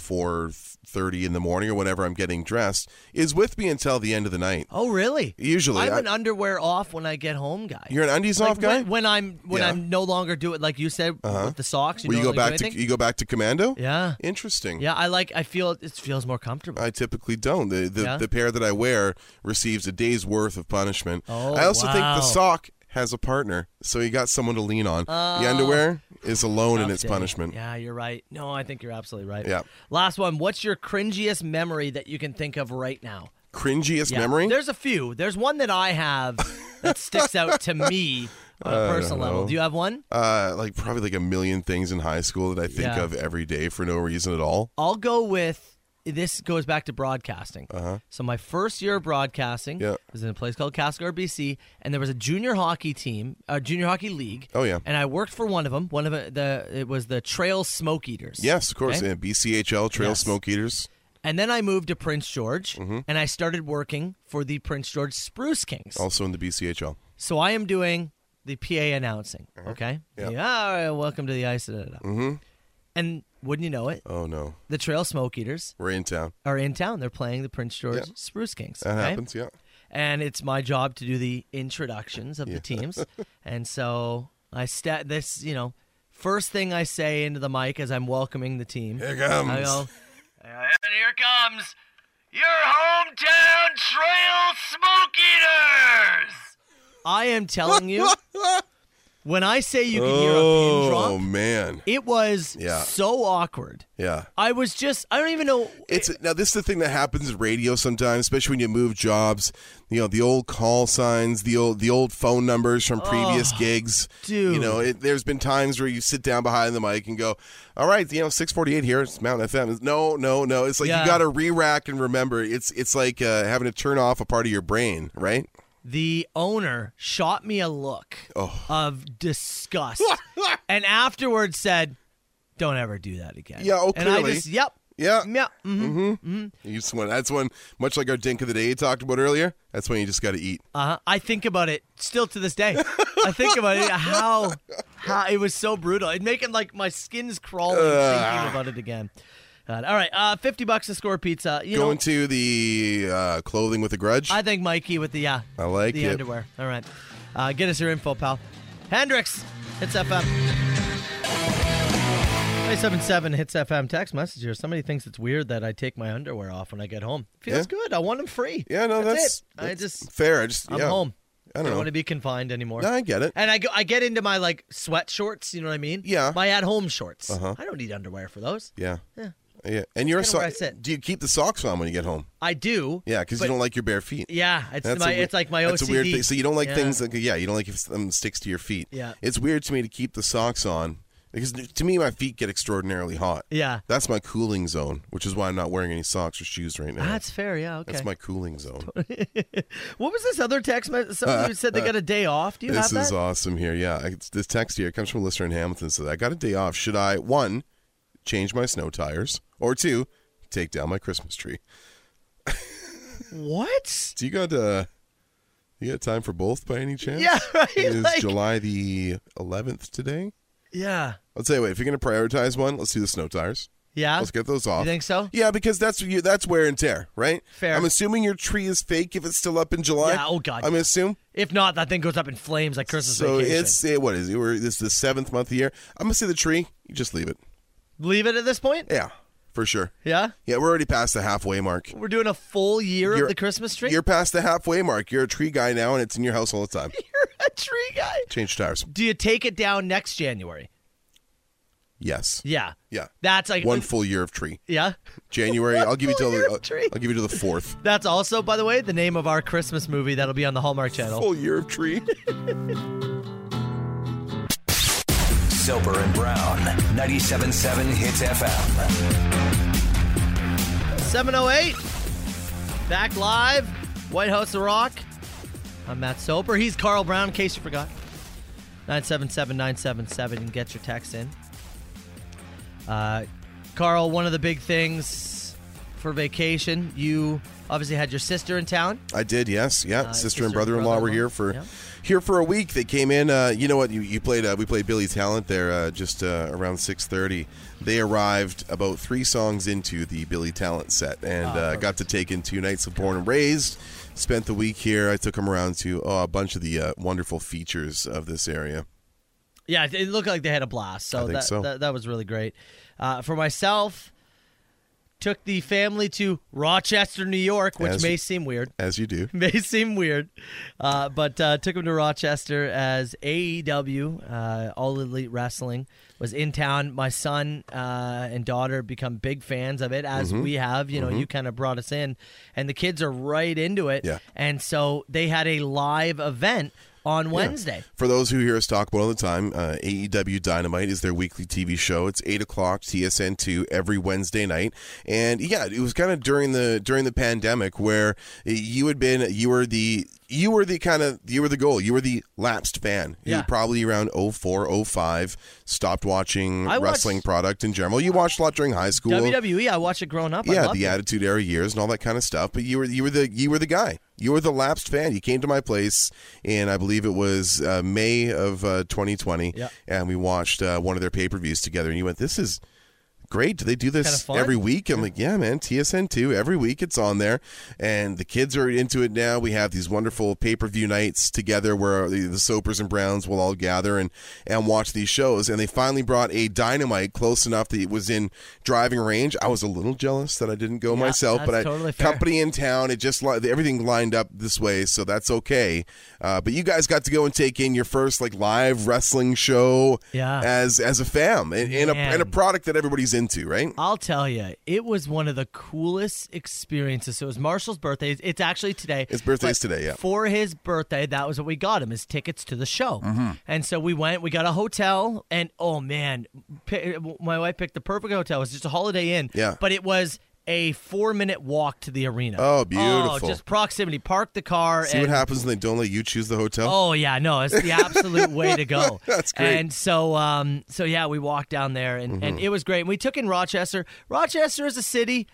4.30 in the morning or whenever i'm getting dressed is with me until the end of the night Oh, really? Usually, I'm I- an underwear off when I get home guy. you're an undies Like, off guy When, when I'm when Yeah. I'm no longer do it like you said with the socks. You Will no you go longer do back to anything. you go back to commando Yeah, interesting yeah. I like. I feel it feels more comfortable. I typically don't. The the, Yeah? the pair that I wear receives a day's worth of punishment. Oh, I also think wow. the sock has a partner, so you got someone to lean on. the underwear is alone in its Oh. Tough day. punishment. Yeah, you're right. No, I think you're absolutely right. Yeah. Last one. What's your cringiest memory that you can think of right now? Cringiest Yeah. memory? There's a few. There's one that I have that sticks out to [laughs] me on a personal level. Do you have one? Uh, like probably like a million things in high school that I think Yeah. of every day for no reason at all. I'll go with this goes back to broadcasting. Uh-huh. So my first year of broadcasting Yeah. was in a place called Casco, BC, and there was a junior hockey team, a junior hockey league. Oh, yeah. and I worked for one of them. One of the- the it was the Trail Smoke Eaters. Yes, of course. Okay. Yeah, BCHL Trail Yes. Smoke Eaters. And then I moved to Prince George, Mm-hmm. and I started working for the Prince George Spruce Kings. Also in the BCHL. So I am doing the PA announcing. Okay. Uh-huh. Yeah. Mm-hmm. all right, welcome to the ice. Da, da, da. And wouldn't you know it, Oh no, the Trail Smoke Eaters we're in town. are in town. They're playing the Prince George Yeah. Spruce Kings. That okay? happens. Yeah. And it's my job to do the introductions of the [laughs] teams. and so I stat this, you know, first thing I say into the mic as I'm welcoming the team. Here I comes. go, and here comes your hometown trail smoke eaters. I am telling [laughs] you, when I say you can hear a pin oh drop, man. it was Yeah. so awkward. Yeah. I was just, I don't even know. It's now this is the thing that happens in radio sometimes, especially when you move jobs. You know the old call signs, the old the old phone numbers from previous gigs. dude. you know it, there's been times where you sit down behind the mic and go, "All right, you know, 6:48 here. It's Mountain FM." It's, no, no, no. It's like Yeah. you got to re-rack and remember. It's it's like uh, having to turn off a part of your brain, right? the owner shot me a look Oh. of [laughs] disgust and afterwards said, don't ever do that again. Yeah, oh, And I clearly. just, yep. Yeah, Yep. mhm. you just want, that's when much like our dink of the day you talked about earlier. That's when you just got to eat. Uh-huh. I think about it still to this day. I think about it how how it was so brutal. It making like my skin's crawling thinking about it again. God. All right, uh, fifty bucks to score pizza. You Going know, to the uh, clothing with a grudge. I think Mikey with the yeah, I like the it. underwear. All right, uh, get us your info, pal. Hendrix hits FM. 977 hits FM text message here. Somebody thinks it's weird that I take my underwear off when I get home. Feels Yeah. good. I want them free. yeah, no, that's, that's, it. I that's just fair. I just I'm yeah. home. I don't don't know. want to be confined anymore. No, I get it. and I go, I get into my like sweat shorts. You know what I mean? Yeah. Uh-huh. My at home shorts. I don't need underwear for those. Yeah. Yeah. And you're a Kinda where I sock. sit. Do you keep the socks on when you get home? I do. Yeah, because but- you don't like your bare feet. Yeah, it's That's a my weir- it's like my OCD. That's a weird thing. So you don't like Yeah. things like yeah, you don't like if something sticks to your feet. Yeah. It's weird to me to keep the socks on because to me my feet get extraordinarily hot. Yeah. That's my cooling zone, which is why I'm not wearing any socks or shoes right now. That's fair. Yeah. Okay. That's my cooling zone. what was this other text message? Somebody who said they got a day off. Do you Uh, This have that? is uh, awesome here. Yeah, I- it's- this text here comes from a listener in Hamilton. Says I got a day off. Should I one change my snow tires or two take down my Christmas tree? what? Do you got uh you got time for both by any chance? Yeah. [laughs] Right. It is like, July the 11th today. yeah. I'll tell you what. If you're going to prioritize one, let's do the snow tires. Yeah. Let's get those off. You think so? Yeah, because that's you, that's wear and tear, right? Fair. I'm assuming your tree is fake if it's still up in July. Yeah, oh, God, I'm yeah. assume. If not, that thing goes up in flames like Christmas So vacation. it's eh, what is it? We're, this is the seventh month of the year. I'm gonna say the tree. You just leave it. Leave it at this point. Yeah, for sure. Yeah. Yeah, we're already past the halfway mark. We're doing a full year You're- of the Christmas tree. You're past the halfway mark. You're a tree guy now, and it's in your house all the time. [laughs] You're a tree guy. Change tires. Do you take it down next January? Yes. Yeah. Yeah. That's [laughs] like One full year of tree. Yeah. January. I'll give you till the. Full year of I'll, tree. I'll give you to the fourth. That's also, by the way, the name of our Christmas movie that'll be on the Hallmark Channel. [laughs] Full year of tree. Soper and Brown, 97.7 Hits FM. 708. Back live. White House of Rock. I'm Matt Soper. He's Carl Brown, in case you forgot. 977 977 and get your text in. Uh, Carl, one of the big things for vacation, you Obviously, had your sister in town. [laughs] I did, yes, yeah. sister, and sister, brother-in-law were brother-in-law, here for yeah. here for a week. They came in. Uh, you know what? You, you played. Uh, we played Billy Talent there uh, just uh, around six thirty. They arrived about three songs into the Billy Talent set and uh, got to take in two nights of Born and Raised. Spent the week here. I took them around to oh, a bunch of the uh, wonderful features of this area. Yeah, it- it looked like they had a blast. So, I think that, so. That, that was really great. Uh, for myself, took the family to Rochester, New York, which As- may seem weird. [laughs] As you do. May seem weird, uh, but uh, took him to Rochester as AEW, uh, All Elite Wrestling, was in town. My son uh, and daughter become big fans of it, as Mm-hmm. we have. You know, you kind of brought us in, and the kids are right into it. Yeah. And so they had a live event on Wednesday. For those who hear us talk about all the time, uh, AEW Dynamite is their weekly TV show. It's eight o'clock TSN two every Wednesday night, and yeah, it was kind of during the during the pandemic where you had been you were the you were the kind of you were the goal you were the lapsed fan who Yeah. probably around 04, 05 stopped watching I watched- E wrestling product in general. You watched a lot during high school, WWE, I watched it growing up. I yeah, loved the it. Attitude Era years and all that kind of stuff. But you were you were the you were the guy. You were the lapsed fan. You came to my place, and I believe it was uh, May of uh, 2020, Yeah. and we watched uh, one of their pay per views together. And you went, "This is." Great. Do they do Kinda this fun. every week? I'm like, yeah, man. TSN two every week. It's on there, and the kids are into it now. We have these wonderful pay per view nights together where the, the Soapers and Browns will all gather and and watch these shows. And they finally brought a Dynamite close enough that it was in driving range. I was a little jealous that I didn't go Yeah, myself, but that's I totally fair. company in town. It just li- everything lined up this way, so that's okay. Uh, but you guys got to go and take in your first like live wrestling show, Yeah. as as a fam and, and a Man. and a product that everybody's into, right? I'll tell you, it was one of the coolest experiences. So it was Marshall's birthday. It's- It's actually today. His birthday's But today, yeah. For his birthday, that was what we got him: his tickets to the show. Mm-hmm. And so we went. We got a hotel, and oh man, pi- my wife picked the perfect hotel. It was just a Holiday Inn. Yeah. But it was a four-minute walk to the arena. Oh, beautiful. just proximity. Park the car. See and what happens when they don't let you choose the hotel. Oh yeah, no, it's the absolute way to go. [laughs] That's great. Mm-hmm. And so, um, so yeah, we walked down there, and, and it was great. And we took in Rochester. Rochester is a city,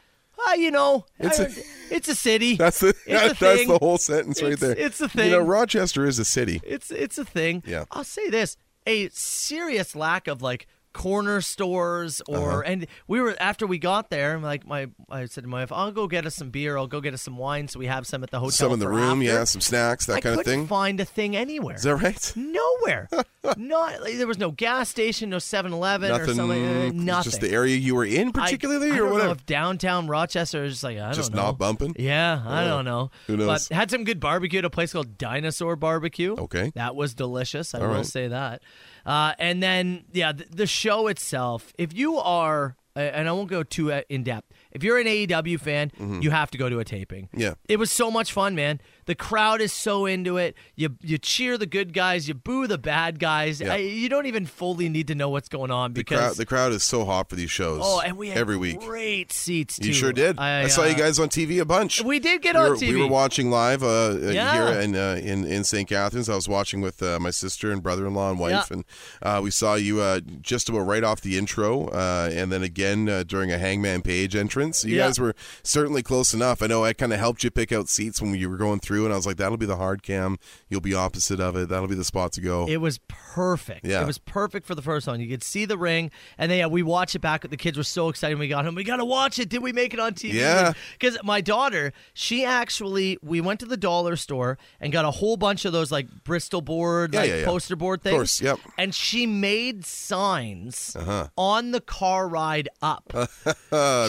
uh, you know, It's it's a- a, it's a city. [laughs] [laughs] That's the It's a that- that's thing. the whole sentence right It's- there. it's a You know, thing. Rochester is a city. It's it's a thing. Yeah. I'll say this: a serious lack of like corner stores Uh-huh. or and we were after we got there like my I said to my wife I'll go get us some beer I'll go get us some wine so we have some at the hotel Some in the for room, after. yeah, some snacks, that I kind of couldn't thing. find a thing anywhere is that [laughs] right? [laughs] nowhere. Not like, there was no gas station, no 7-Eleven or Nothing. something. uh, nothing. Just the area you were in, I- particularly, I, or don't whatever. Know if downtown Rochester is just like I Just don't know. not bumping? Yeah, I Yeah. don't know. Who knows? But had some good barbecue at a place called Dinosaur Barbecue. Okay. that was delicious. I All will right. say that. Uh, and then yeah, the, the show itself. If you are, uh, and I won't go too uh, in depth. If you're an AEW fan, you have to go to a taping. Mm-hmm. Yeah. It was so much fun, man. The crowd is so into it. You you cheer the good guys, you boo the bad guys. Yeah. I, you don't even fully need to know what's going on the because crowd, the crowd is so hot for these shows. oh, and we had every week. great seats. Too. You sure did. I, saw you uh, guys on TV a bunch. We did get we on were, TV. We were watching live uh, uh, Yeah. here in, uh, in in St. Catharines. I was watching with uh, my sister and brother-in-law and wife, Yeah. and uh, we saw you uh, just about right off the intro, uh, and then again uh, during a Hangman Page entrance. You Yeah. guys were certainly close enough. I know I kind of helped you pick out seats when you were going through, and I was like, "That'll be the hard cam. You'll be opposite of it. That'll be the spot to go." It was perfect. Yeah. It was perfect for the first one. You could see the ring, and then yeah, we watched it back. The kids were so excited when we got home. We gotta watch it. Did we make it on TV? Yeah. Because my daughter, she actually, we went to the dollar store and got a whole bunch of those like Bristol board, Yeah, like yeah, yeah. poster board things. course, yep. Uh-huh. And she made signs on the car ride [laughs] up.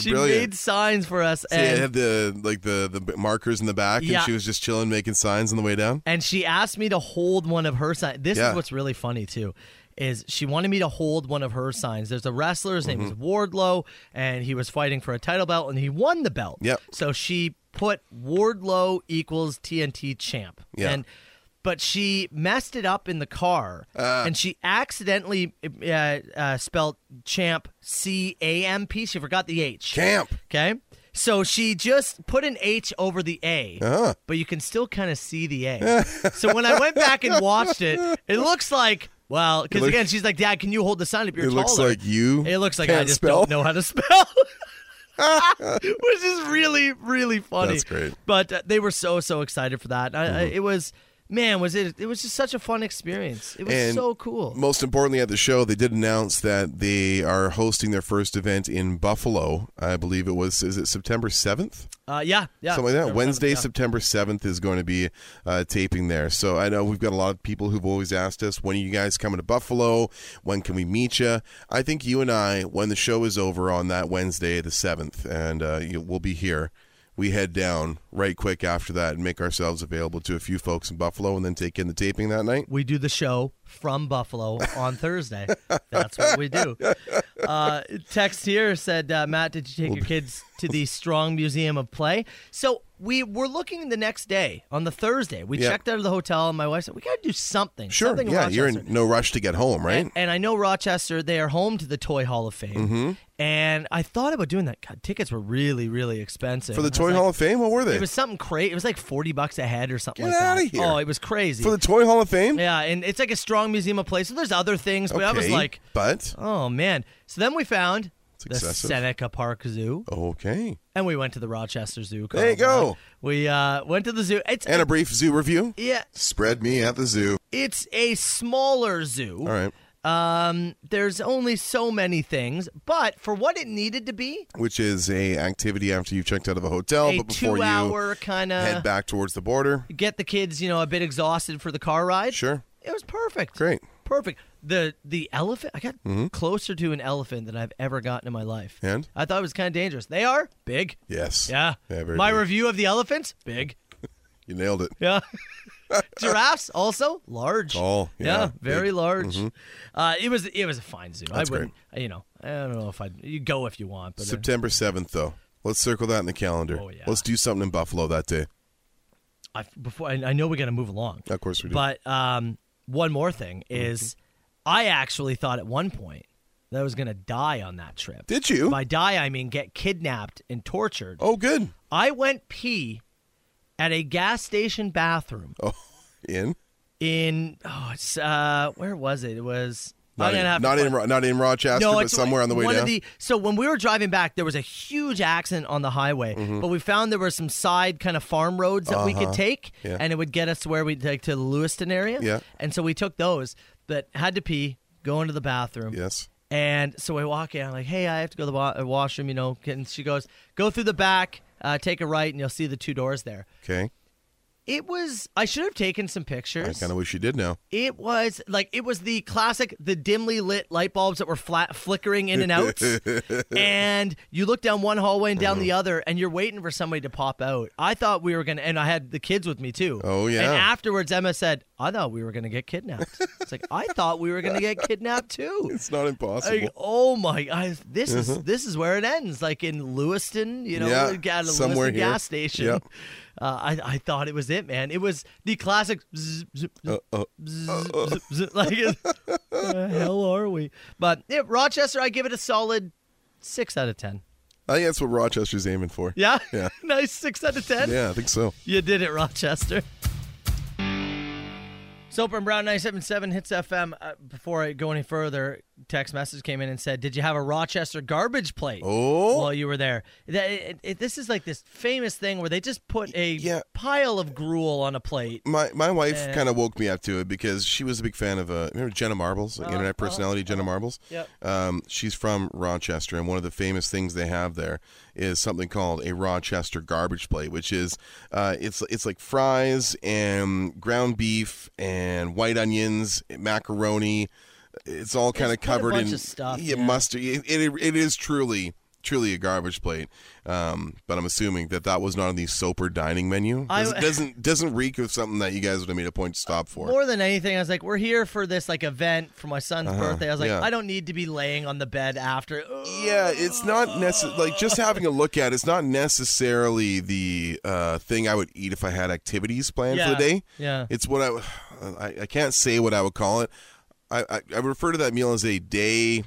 she brilliant. made signs for us, Yeah, and it had the like the the markers in the back, Yeah. and she was just chilling, making signs on the way down. and she asked me to hold one of her signs. This Mm-hmm. Yeah. is what's really funny too, is she wanted me to hold one of her signs. There's a wrestler, his name is Mm-hmm. Wardlow, and he was fighting for a title belt and he won the belt. Yep. So she put Wardlow equals TNT champ. Yeah. And but she messed it up in the car, Ah. and she accidentally uh, uh, spelled champ C A M P. She forgot the H. Camp. Okay. So she just put an H over the A, uh-huh. but you can still kind of see the [laughs] A. so when I went back and watched it, it looks like, well, because look- again, she's like, Dad, can you hold the sign up? You're It looks taller." like you It looks like I can't just spell. [laughs] don't know how to spell. which is really really funny. That's great. Mm-hmm. But uh, they were so so excited for that. I, I, it was man, was it? It was just such a fun experience. It was And so cool. Most importantly, at the show, they did announce that they are hosting their first event in Buffalo. I believe it was, is it September 7th? uh, yeah, yeah, Something like that. September Wednesday, 7th, September 7th is going to be uh, taping there. So I know we've got a lot of people who've always asked us, when are you guys coming to Buffalo? When can we meet you? I think you and I, when the show is over on that Wednesday, the 7th, and uh, you, we'll be here. We head down right quick after that and make ourselves available to a few folks in Buffalo and then take in the taping that night. we do the show from Buffalo on Thursday. That's what we do. Uh, text here said, uh, Matt, did you take your kids to the Strong Museum of Play? So we were looking the next day on the Thursday. We Yeah. checked out of the hotel, and my wife said, We got to do something. Sure. something in yeah, you're in Rochester." no rush to get home, right? And, and I know Rochester, they are home to the Toy Hall of Fame. Mm-hmm. And I thought about doing that. God, tickets were really, really expensive. For I the was Toy like- Hall of Fame, what were they? It was something crazy. It was like 40 bucks a head or something Get like that. outta here. Oh, it was crazy. For the Toy Hall of Fame? Yeah, and it's like a strong museum of place. So there's other things, but I was Okay, like, but oh man. So then we found the excessive. Seneca Park Zoo, okay. and we went to the Rochester Zoo. There you Carl. go. We uh, went to the zoo. It's And a brief zoo review. yeah, Spread me at the zoo. it's a smaller zoo. All right, Um, there's only so many things, but for what it needed to be, which is a activity after you've checked out of a hotel, a Oh, but before you two-hour uh, kind head of back towards the border. get the kids, you know, a bit exhausted for the car ride. Sure, It was perfect. great. Mm-hmm. Perfect. The the elephant. I got closer to an elephant than I've ever gotten in my life. And? I thought it was kind of dangerous. They are big. Yes. Yeah. very my good. review of the elephants. Big. you nailed it. [laughs] Yeah. Giraffes also large. Tall, Yeah. yeah, Mm-hmm. very large. Uh, it was it was a fine zoo. That's I wouldn't. You know. I don't know if I. would You go if you want, but uh, September seventh, though. Let's circle that in the calendar. Oh, yeah. Let's do something in Buffalo that day. I, before I, I know we got to move along. Of course we do. Mm-hmm. But um, one more thing is, I actually thought at one point that I was going to die on that trip. Did you? By die, I mean get kidnapped and tortured. oh, good. I went pee at a gas station bathroom Oh, in in oh, it's uh, where was it? It was not I'm in gonna have to not in, find- Ro- not in Rochester, no, but it's somewhere on the way one down. Of the, so when we were driving back, there was a huge accident on the highway, Mm-hmm. but we found there were some side kind of farm roads that we could take, Uh-huh. Yeah. and it would get us where we'd like to the Lewiston area. Yeah. And so we took those, but had to pee, go into the bathroom. yes. And so I walk in, I'm like, hey, I have to go to the wa- uh, washroom, you know. And she goes, go through the back, uh, take a right, and you'll see the two doors there. Okay. It was, I should have taken some I pictures. kind of wish you did now. It was like it was the classic, the dimly lit light bulbs that were flat flickering in and [laughs] out, and you look down one hallway and down Mm-hmm. the other, and you're waiting for somebody to pop out. I thought we were gonna, and I had the kids with me too. Oh, yeah. And afterwards, Emma said, "I thought we were gonna get kidnapped." it's like I thought we were gonna get kidnapped too. [laughs] It's not impossible. Like, oh my! I, this is this is where it ends. Like in Lewiston, you know, Mm-hmm. Yeah, got a somewhere Lewiston here. gas station. Yep. [laughs] Uh, I I thought it was it, man. It was the classic. Zzz, zzz, uh, zzz, zzz, zzz, like, [laughs] it- where the hell are we? But yeah, Rochester, I give it a solid six out of ten. I think that's what Rochester's aiming for. Yeah, Yeah. [laughs] nice six out of ten. Yeah, I think so. You did it, Rochester. Soper and Brown 977 hits FM. Uh, before I go any further, text message came in and said, Did you have a Rochester garbage plate Oh, while you were there? That- it- it- this is like this famous thing where they just put a Yeah. pile of gruel on a plate. my my wife kind of woke me up to it because she was a big fan of uh, remember Jenna Marbles, like internet personality Jenna Marbles. Uh-huh, Yep. Um, she's from Rochester, and one of the famous things they have there is something called a Rochester garbage plate, which is uh, it's it's like fries and ground beef and white onions, macaroni. It's all kind of It's quite a covered bunch in of stuff, yeah, yeah. mustard. It, it, it is truly. Truly a garbage plate, um, but I'm assuming that that was not on the Soper dining menu. I- Does- doesn't doesn't reek of something that you guys would have made a point to stop for. More than anything, I was like, We're here for this like event for my son's birthday. I was like, Uh-huh. yeah. I don't need to be laying on the bed after. yeah, it's not necessarily like just having a look at. it, It's not necessarily the uh, thing I would eat if I had activities planned for Yeah, the day. yeah. it's what I, [sighs] I I can't say what I would call it. I, I I refer to that meal as a day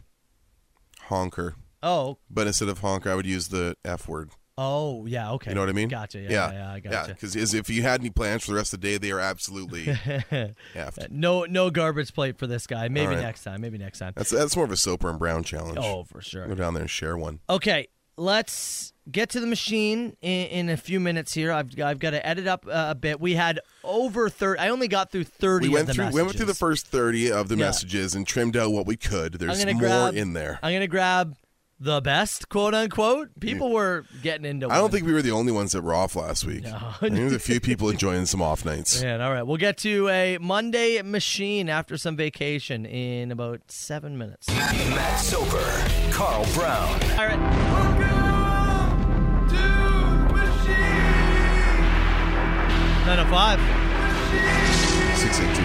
honker, Oh, but instead of honker, I would use the f word. oh, yeah, okay. You know what I mean? Gotcha. Yeah, yeah, I gotcha. Because if you had any plans for the rest of the day, they are [laughs] absolutely effed. No, no garbage plate for this guy. Maybe All right. next time. Maybe next time. That's that's more of a Soper and Brown challenge. Oh, for sure. Go down there and share one. Okay, let's get to the machine in, in a few minutes here. I've, I've got to edit up uh, a bit. We had over 30. I only got through 30 of We went the through we went through the messages. first thirty of the Yeah. messages and trimmed out what we could. There's I'm more gonna grab, in there. I'm going to grab the best, quote unquote. People were getting into Mm. I don't one. think we were the only ones that were off last week. I think There was a few [laughs] people enjoying some off nights. Man, all right. We'll get to a Monday machine after some vacation in about seven minutes. Matt Soper, Carl Brown, All right. Nine oh five. Six eight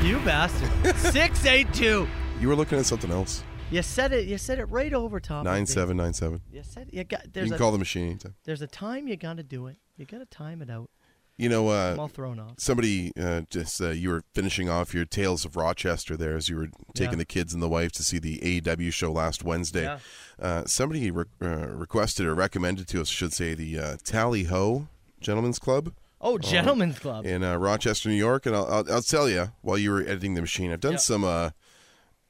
two. You [laughs] bastard. Six eight two. You were looking at something else. You said it. You said it right over top. of me. Nine seven nine seven. You said you got. You There's can a call the machine anytime. there's a time you gotta do it. You gotta time it out. You know, I'm uh, all thrown off. somebody uh, just uh, you were finishing off your tales of Rochester there as you were taking Yeah. the kids and the wife to see the AEW show last Wednesday. Yeah. Uh, somebody re- uh, requested or recommended to us, I should say, the uh, Tally Ho Gentlemen's Club Oh, gentlemen's club. in uh, Rochester, New York. And I'll, I'll, I'll tell you, while you were editing the machine, I've done Yeah. some uh,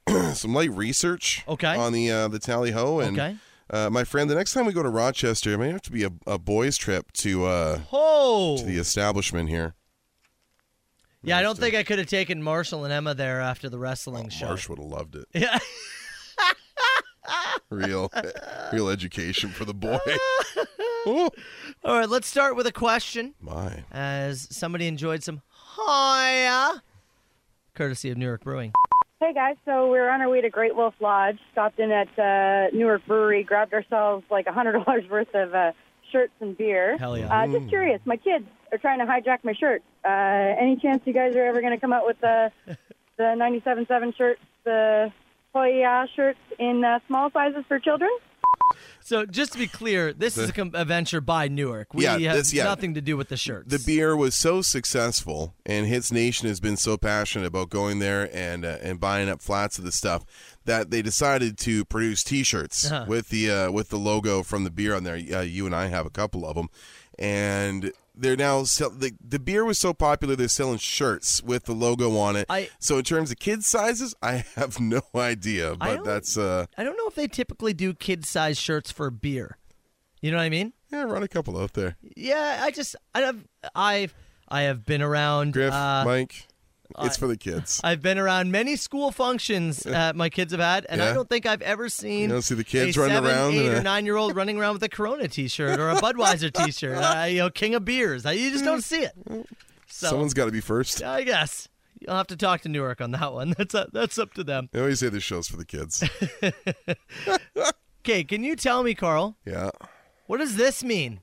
[clears throat] some light research Okay. on the uh, the Tally Ho. And Okay. uh, my friend, the next time we go to Rochester, it may have to be a, a boys' trip to uh, Oh. to the establishment here. yeah, I don't think I could have taken Marshall and Emma there after the wrestling show. Marsh would have loved it. Yeah. [laughs] real real education for [laughs] the boy. All right. Let's start with a question. My. as somebody enjoyed some hiya, courtesy of New York Brewing. Hey guys, so we were on our way to Great Wolf Lodge, stopped in at uh, Newark Brewery, grabbed ourselves like a hundred [laughs] dollars worth of uh, shirts and beer. Hell yeah. Uh, just curious, my kids are trying to hijack my shirt. Uh, any chance you guys are ever going to come out [laughs] with the the ninety-seven-seven shirts, the Hoya shirts in uh, small sizes for children? So just to be clear, this is a, com- a venture by Newark. We Yeah, have this- yeah. nothing to do with the shirts. The beer was so successful, and Hits Nation has been so passionate about going there and uh, and buying up flats of the stuff that they decided to produce T-shirts Uh-huh. with the uh, with the logo from the beer on there. Uh, you and I have a couple of them, and they're now sell- the the beer was so popular they're selling shirts with the logo on it. I- so in terms of kids sizes, I [laughs] have no idea, but don't- that's uh I don't know if they typically do kid size shirts for beer. You know what I mean? yeah, run a couple out there. Uh, Yeah, I just I have I've I have been around Griff, uh, Mike, it's for the kids. I've been around many school functions uh, my kids have had, and I Yeah. don't think I've ever seen. You don't see the kids a running seven, around eight in or a- nine year old running around with a Corona T-shirt or a Budweiser [laughs] T-shirt, uh, you know, King of Beers. I, you just don't see it. [laughs] So Someone's got to be first. I guess you'll have to talk to Newark on that one. [laughs] That's up that's up to them. They always say the show's for the kids. Okay, can you tell me, Carl, yeah. what does this mean?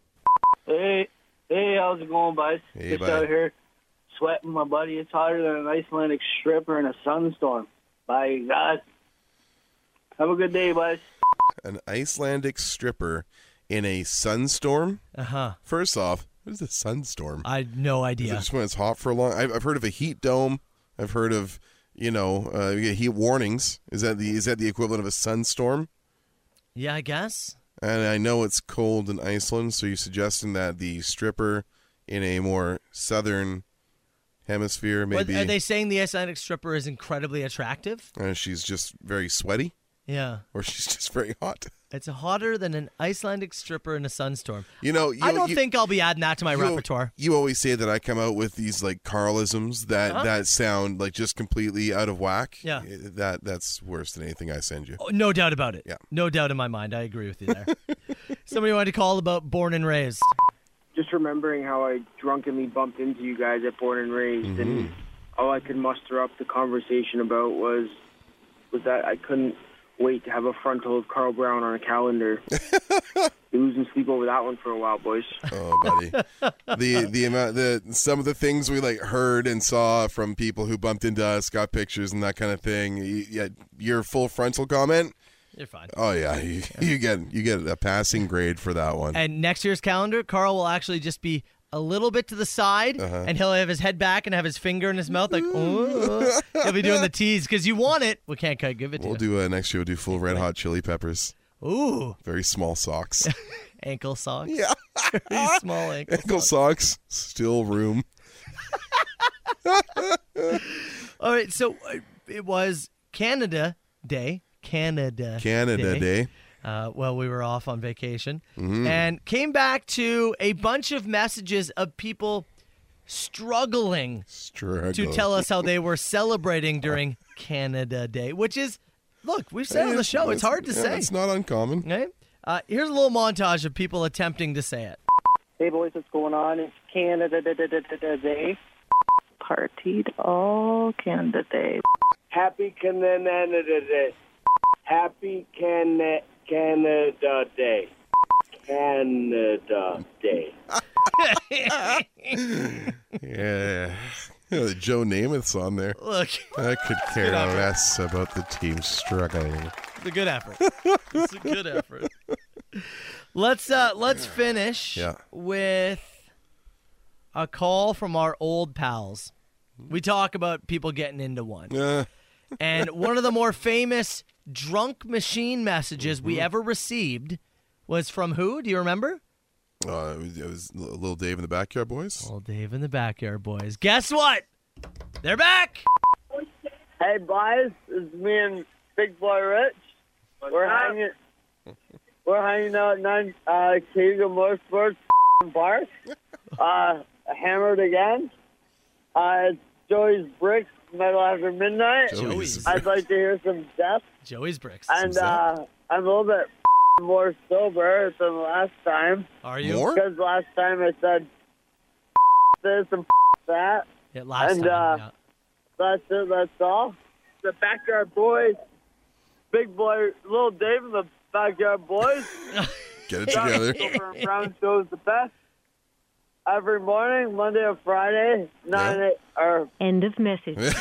Hey, hey, how's it going, bud? Hey, Just bud. out here sweating, my buddy. It's hotter than an Icelandic stripper in a sunstorm. By God. Have a good day, bud. An Icelandic stripper in a sunstorm. Uh huh. First off, what is a sunstorm? I had no Is it idea. just when it's hot for a long? I've, I've heard of a heat dome. I've heard of you know uh, yeah, heat warnings. Is that the is that the equivalent of a sunstorm? Yeah, I guess. And I know it's cold in Iceland, so you're suggesting that the stripper in a more southern hemisphere What- maybe Are uh, they saying the Icelandic stripper is incredibly attractive? uh, she's just very sweaty Yeah, or [laughs] she's just very hot. it's hotter than an Icelandic stripper in a sunstorm. You know, you, I don't you- think I'll be adding that to my you- repertoire. You always say that I come out with these like Carlisms that that sound like just completely out of whack. Uh-huh. Yeah. I- that that's worse than anything I send you. Oh, no doubt about it. Yeah. No doubt in my mind. I agree with you [laughs] there. Somebody wanted to call about born and raised. just remembering how I drunkenly bumped into you guys at Born and Raised, and all I could muster up the conversation about was was that I couldn't wait to have a frontal of Carl Brown on a calendar. Be losing sleep over that one for a while, boys. Oh, buddy, [laughs] the the amount the some of the things we like heard and saw from people who bumped into us, got pictures and that kind of thing. Y- Yeah, your full frontal comment. You're fine. Oh yeah, you, you get you get a passing grade for that one. And next year's calendar, Carl will actually just be a little bit to the side, Uh-huh. and he'll have his head back and have his finger in his mouth, [laughs] like, oh. he'll be doing the tease because you want it. We can't quite give it to We'll you. do uh, next year. We'll do full red hot chili peppers. Ooh, Very [laughs] small socks. ankle socks. Yeah. Pretty small [laughs] ankle. Ankle socks. Still room. All right, so uh, it was Canada Day. Canada. Canada Day. Mm-hmm. uh, while we were off on vacation and came back to a bunch of messages of people struggling Struggle. to tell [laughs] us how they were celebrating during Canada Day, which is, look, we've said on the show, it's hard to yeah, say. It's not uncommon. Okay? Uh, here's a little montage of people attempting to say it. Hey boys, what's going on? It's Canada Day. partied all Canada Day. Happy Canada Day. Happy Canada Canada Day. Canada Day. Yeah. Yeah, [laughs] the Joe Namath's on there. Look, [laughs] I could care less about the team struggling. it's a good effort. It's a good effort. Let's uh, let's finish Yeah. with a call from our old pals. We talk about people getting into one. Uh, [laughs] And one of the more famous drunk machine messages Mm-hmm. we ever received was from who? Do you remember? uh, it was little Dave in the backyard, boys. Old Dave in the backyard boys. Guess what? They're back. Hey boys, it's me and Big Boy Rich. we're hanging. we're hanging out at nine uh, Keegan Motorsports [laughs] [laughs] Park. Uh, hammered again. Uh, it's Joey's Bricks Metal After Midnight. Joey's. I'd like to hear some death, Joey's bricks. and Some uh, I'm a little bit [laughs] more sober than last time Are you? More? because last time I said [laughs] this and [laughs] that. Yeah, last And, time. uh, yeah. That's it. That's all. The backyard boys, big boy, little Dave, and the backyard boys. [laughs] Get it together. Silver and Brown shows the best every morning, Monday or Friday, nine eight, or End of message. It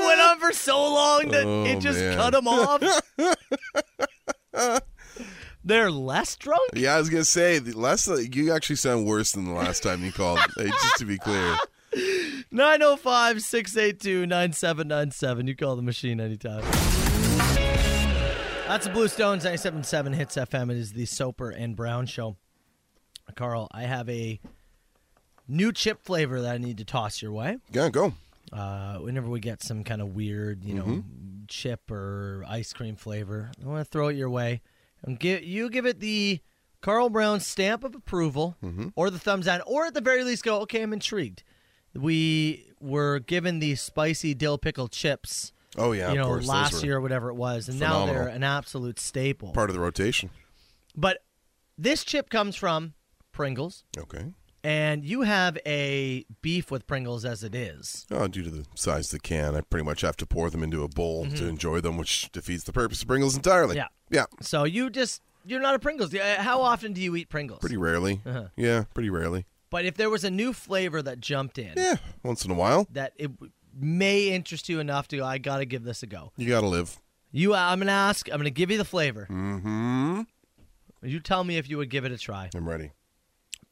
went on for so long that Oh, it just man. cut them off. [laughs] They're less drunk? Yeah, I was gonna say the last you actually sound worse than the last time you [laughs] called. hey, just to be clear, 905 682 9797. You call the machine anytime. That's the Blue Stones 977 Hits FM. It is the Soper and Brown Show. Carl, I have a new chip flavor that I need to toss your way. yeah, go. Uh, whenever we get some kind of weird, you know, Mm-hmm. chip or ice cream flavor, I want to throw it your way. And give, you give it the Carl Brown stamp of approval Mm-hmm. or the thumbs down, or at the very least go, okay, I'm intrigued. We were given the spicy dill pickle chips, Oh yeah, you of know, course, those last were year or whatever it was, and now phenomenal. they're an absolute staple. part of the rotation. But this chip comes from Pringles, Okay. and you have a beef with Pringles as it is. Oh, due to the size of the can, I pretty much have to pour them into a bowl to enjoy them, which defeats the purpose of Pringles entirely. Mm-hmm. Yeah. yeah, So you just you're not a Pringles. uh, How often do you eat Pringles? pretty rarely. Uh-huh. Yeah, pretty rarely. But if there was a new flavor that jumped in Yeah, once in a while, that it w- may interest you enough to go, I got to give this a go. you gotta live. You uh, I'm going to ask, I'm going to give you the flavor. Mhm. Mm-hmm. You tell me if you would give it a try. I'm ready.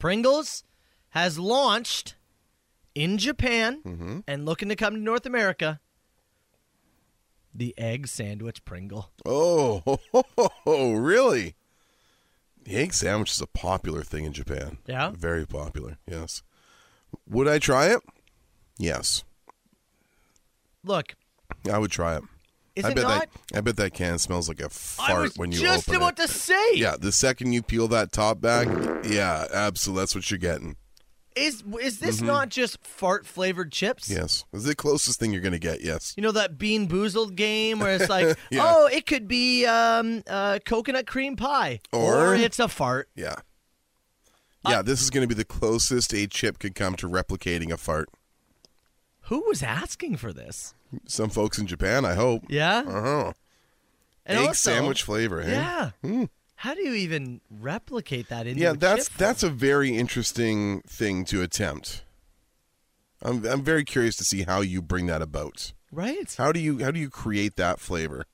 Pringles has launched in Japan Mm-hmm. and looking to come to North America. The egg sandwich Pringle. Oh, [laughs] really? The egg sandwich is a popular thing in Japan. Yeah? Very popular, yes. Would I try it? Yes. Look, I would try it. is I it bet not? that I bet that can smells like a fart I was when you just open about it. to say. yeah, the second you peel that top back, yeah, absolutely that's what you're getting. Is is this Mm-hmm. not just fart flavored chips? Yes. It's the closest thing you're gonna get, yes. You know that Bean Boozled game where it's like, [laughs] Yeah. oh, it could be um, uh, coconut cream pie, Or- it's a fart. Yeah. Yeah, this is gonna be the closest a chip could come to replicating a fart. Who was asking for this? Some folks in Japan, I hope. Yeah, Uh-huh. and egg also- sandwich flavor, eh? Yeah, how do you even replicate that in? Yeah, that's that's a very interesting thing to attempt. I'm I'm very curious to see how you bring that about. right. How do you how do you create that flavor?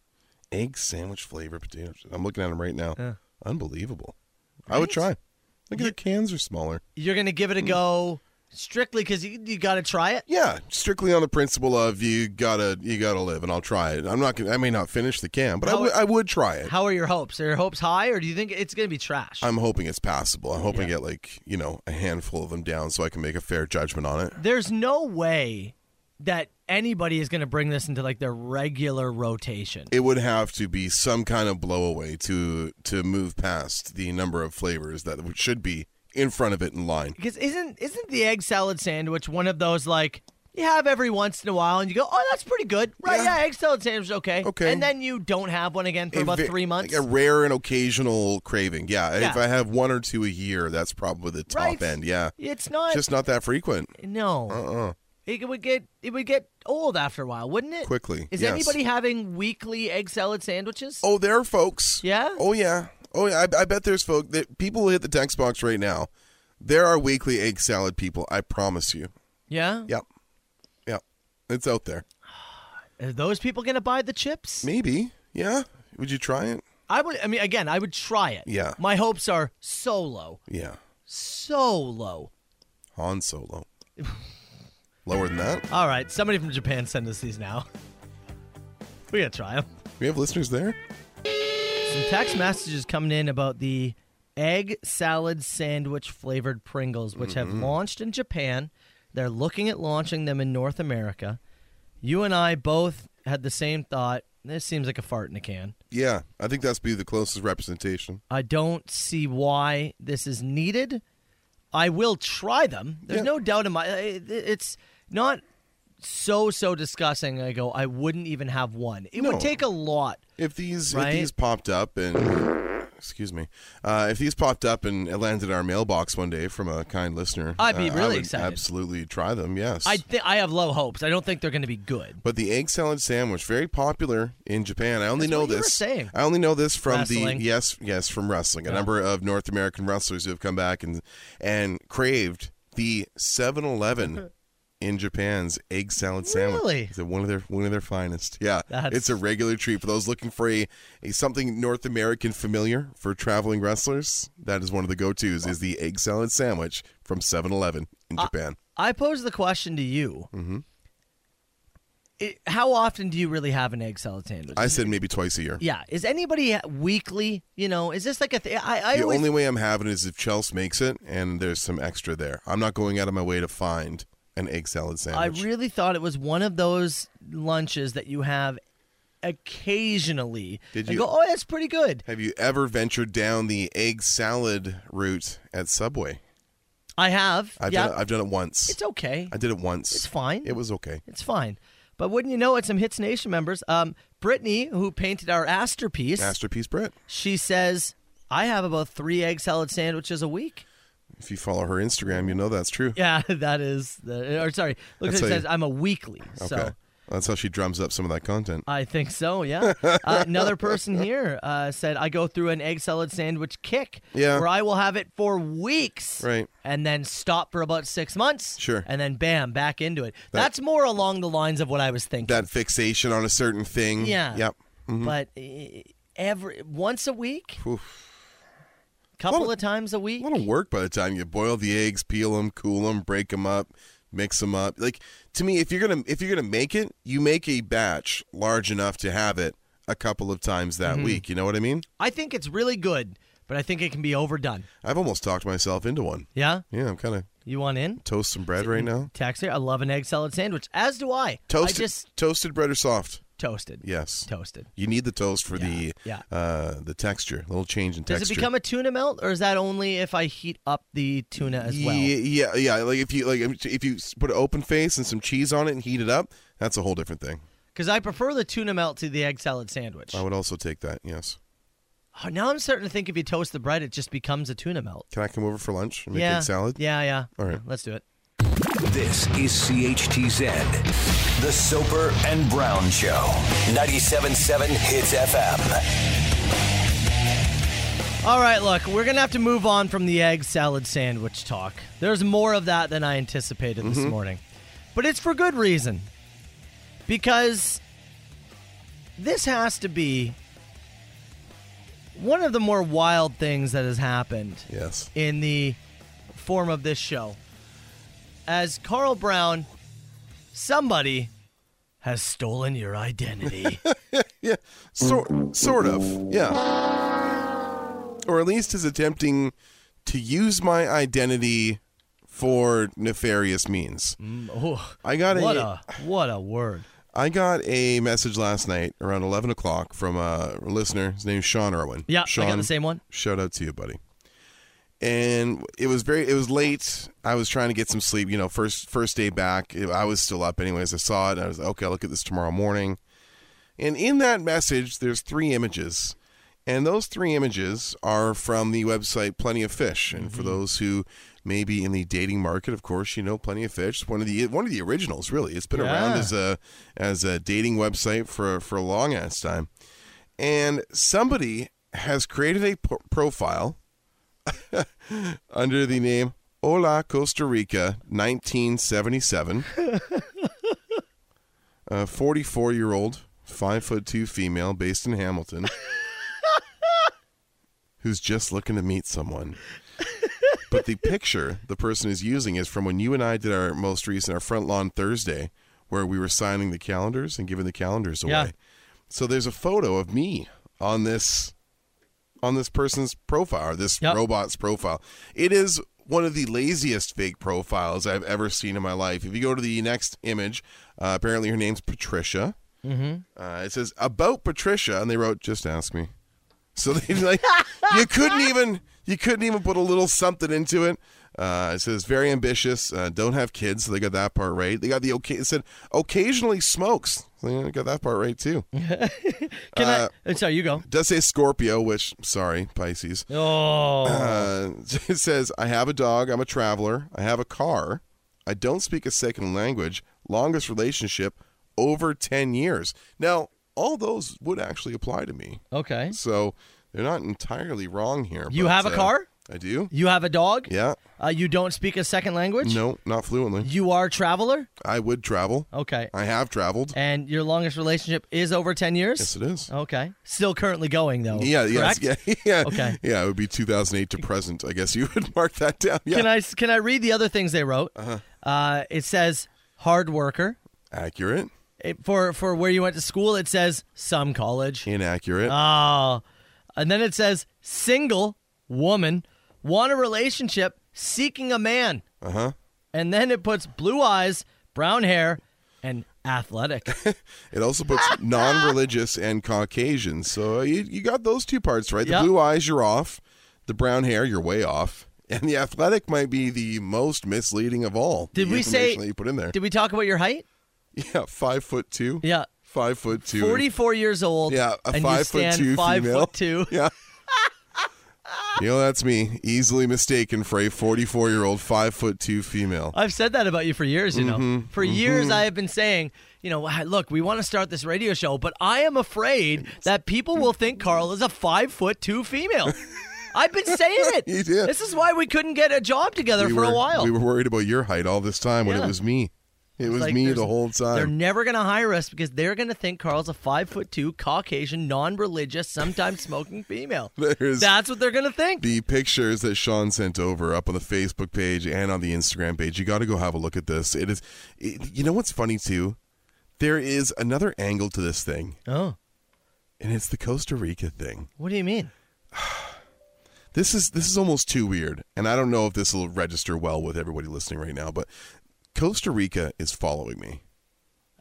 Egg sandwich flavor potato. chip. I'm looking at them right now. Yeah. Unbelievable. I would try. Look at the cans are smaller. You're gonna give it Hmm. a go strictly because you, you got to try it. Yeah, strictly on the principle of you gotta you gotta live, and I'll try it. I'm not gonna. I may not finish the can, but I How- would- I would try it. How are your hopes? Are your hopes high, or do you think it's gonna be trash? I'm hoping it's passable. I'm hoping Yeah. I get like you know a handful of them down so I can make a fair judgment on it. There's no way that anybody is going to bring this into like their regular rotation. It would have to be some kind of blowaway to to move past the number of flavors that should be in front of it in line. Because isn't isn't the egg salad sandwich one of those like you have every once in a while and you go, oh, that's pretty good, right? Yeah, egg salad sandwich is okay. Okay. and then you don't have one again for A about ve- three months. Like a rare and occasional craving. Yeah, Yeah. If I have one or two a year, that's probably the top Right. end. Yeah. it's not Just not that frequent. no. Uh-uh. It would get it would get old after a while, wouldn't it? Quickly, Is yes. anybody having weekly egg salad sandwiches? Oh, there, folks. Yeah? Oh, yeah. Oh, yeah. I, I bet there's folk that people who hit the text box right now. There are weekly egg salad people. I promise you. Yeah. Yep. Yep. It's out there. Are those people going to buy the chips? Maybe. Yeah. Would you try it? I would. I mean, again, I would try it. Yeah. My hopes are so low, Yeah. so low. Han Solo. Lower than that? All right, somebody from Japan send us these now. [laughs] We gotta try them. We have listeners there? Some text messages coming in about the egg salad sandwich flavored Pringles, which have launched in Japan. They're looking at launching them in North America. You and I both had the same thought. This seems like a fart in a can. Yeah. I think that's be the closest representation. I don't see why this is needed. I will try them. There's Yeah. no doubt in my. it- It's not so so disgusting. I go. I wouldn't even have one. It No. would take a lot. If these Right? if these popped up and excuse me, uh, if these popped up and it landed in our mailbox one day from a kind listener, I'd be uh, I really would excited. Absolutely try them. Yes. I thi- I have low hopes. I don't think they're going to be good. But the egg salad sandwich, very popular in Japan. I only That's know what you were this. saying. I only know this from Wrestling. the yes, yes, from wrestling. A number of North American wrestlers who have come back and and craved the [laughs] 7-Eleven in Japan's egg salad sandwich. Really? It's one of their one of their finest. Yeah, That's- it's a regular treat for those looking for a, a something North American familiar for traveling wrestlers. That is one of the go tos. Is the egg salad sandwich from 7-Eleven in Japan? I pose the question to you. Mm-hmm. It, how often do you really have an egg salad sandwich? I said maybe twice a year. yeah. Is anybody weekly? You know, is this like a thing? I, I the always only way I'm having it is if Chelsea makes it and there's some extra there. I'm not going out of my way to find an egg salad I sandwich. really thought it was one of those lunches that you have occasionally. Did and you- go? Oh, that's pretty good. Have you ever ventured down the egg salad route at Subway? I have. I've yeah, done it, I've done it once. it's okay. I did it once. It's fine. It was okay. It's fine. But wouldn't you know it? Some Hits Nation members. Um, Brittany, who painted our masterpiece, Masterpiece Brett. she says, "I have about three egg salad sandwiches a week." [laughs] If you follow her Instagram, you know that's true. Yeah, that is. The, or sorry, looks like it That's how you- says I'm a weekly. So Okay. That's how she drums up some of that content. I think so, [laughs] yeah. Uh, another person here uh, said, I go through an egg salad sandwich kick Yeah. where I will have it for weeks Right. and then stop for about six months. Sure. And then bam, back into it. That's more along the lines of what I was thinking. That mm-hmm. fixation on a certain thing. Yeah. Yep. But eh, every once a week, Oof. couple Well, of times a A week. lot of work by the time you boil the eggs, peel them, cool them, break them up, mix them up. Like to me, if you're gonna if you're gonna make it, you make a batch large enough to have it a couple of times that Mm-hmm. week. You know what I mean? I think it's really good, but I think it can be overdone. I've almost talked myself into one. Yeah? Yeah, I'm kind of You want in? toast some bread right now. Tax here. Mm-hmm. I love an egg salad sandwich, as do I. Toasted, I just toasted bread or soft? toasted. Yes. Toasted. You need the toast for the yeah. Uh, the texture. A little change in Does texture. it become a tuna melt, or is that only if I heat up the tuna as well? Yeah, yeah, yeah. Like if you like if you s- put an open face and some cheese on it and heat it up, that's a whole different thing. Because I prefer the tuna melt to the egg salad sandwich. I would also take that. Yes. Oh, now I'm starting to think if you toast the bread, it just becomes a tuna melt. Can I come over for lunch and make yeah. egg salad? Yeah, yeah. All right. Let's do it. This is CHTZ, the Soper and Brown Show, 97.7 Hits FM. All right, look, we're going to have to move on from the egg salad sandwich talk. There's more of that than I anticipated this Mm-hmm. morning. But it's for good reason. Because this has to be one of the more wild things that has happened Yes. in the form of this show. As Carl Brown, somebody has stolen your [laughs] identity. Yeah. Sort sort of. Yeah. Or at least is attempting to use my identity for nefarious means. Oh, I got what a a what a word. I got a message last night around 11 o'clock from a listener. His name's Sean Irwin. Yeah, I got Sean, the same one. Shout out to you, buddy. And it was very, it was late. I was trying to get some sleep. You know, first first day back, I was still up. Anyways, I saw it. And I was like, okay, I'll look at this tomorrow morning. And in that message, there's three images. And those three images are from the website Plenty of Fish. And for those who may be in the dating market, of course, you know Plenty of Fish. It's one of the one of the originals, really. It's been around Yeah. as a as a dating website for for a long ass time. And somebody has created a p- profile [laughs] under the name Hola Costa Rica 1977. A 44 year old, five foot two female based in Hamilton who's just looking to meet someone. but the picture the person is using is from when you and I did our most recent, our front lawn Thursday, where we were signing the calendars and giving the calendars away. Yeah. So there's a photo of me on this on this person's profile, or this Yep. robot's profile. It is one of the laziest fake profiles I've ever seen in my life. If you go to the next image, uh, apparently her name's Patricia. Mm-hmm. Uh, it says about Patricia, and they wrote, "Just ask me." So they [laughs] like you couldn't even you couldn't even put a little something into it. Uh, it says very ambitious. Uh, don't have kids, so they got that part right. They got the okay. It said occasionally smokes. They got that part right too. Can Uh, I? uh, Sorry, you go. does say Scorpio, which sorry Pisces. Oh, Uh, [laughs] it says, I have a dog. I'm a traveler. I have a car. I don't speak a second language. Longest relationship over 10 years. Now, all those would actually apply to me. okay. So they're not entirely wrong here. You but, have a uh, car? I do. You have a dog. Yeah. Uh, you don't speak a second language. No, not fluently. You are a traveler. I would travel. Okay. I have traveled. And your longest relationship is over ten years. Yes, it is. Okay. Still currently going though. Yeah, yes, Oh, correct? yeah, [laughs] yeah. Okay. Yeah, it would be 2008 to present. I guess you would [laughs] mark that down. Yeah. Can I can I read the other things they wrote? Uh-huh. it says hard worker. Accurate. It, for for where you went to school, it says some college. Inaccurate. Oh. And then it says single woman want a relationship seeking a man. Uh-huh. And then it puts blue eyes, brown hair, and [laughs] athletic. It also puts non-religious and Caucasian. So you, you got those two parts right. The Yep. blue eyes, you're off. The brown hair, you're way off. And the athletic might be the most misleading of all. Did the we say- information that you put in there? Did we talk about your height? [laughs] yeah, five foot two. Yeah. five foot two. 44 years old. Yeah, a and you five foot stand two five female. foot two. Yeah. you know that's me, easily mistaken for a 44 year old five foot two female. I've said that about you for years, you know. Mm-hmm, For years, I have been saying, you know, "Ah, look, we want to start this radio show, but I am afraid that people will think Carl is a five foot two [laughs] female. I've been saying it. You did. This is why we couldn't get a job together we for were, a while. We were worried about your height all this time when Yeah. it was me. It was like me there's- the whole They're time. never going to hire us because they're going to think Carl's a five foot two, Caucasian, non religious, sometimes smoking [laughs] female. There's- That's what they're going to think. the pictures that Sean sent over up on the Facebook page and on the Instagram page. You got to go have a look at this. It is, it, you know what's funny too? There is another angle to this thing, oh, and it's the Costa Rica thing. what do you mean? This is this is almost too weird, and I don't know if this will register well with everybody listening right now. But Costa Rica is following me.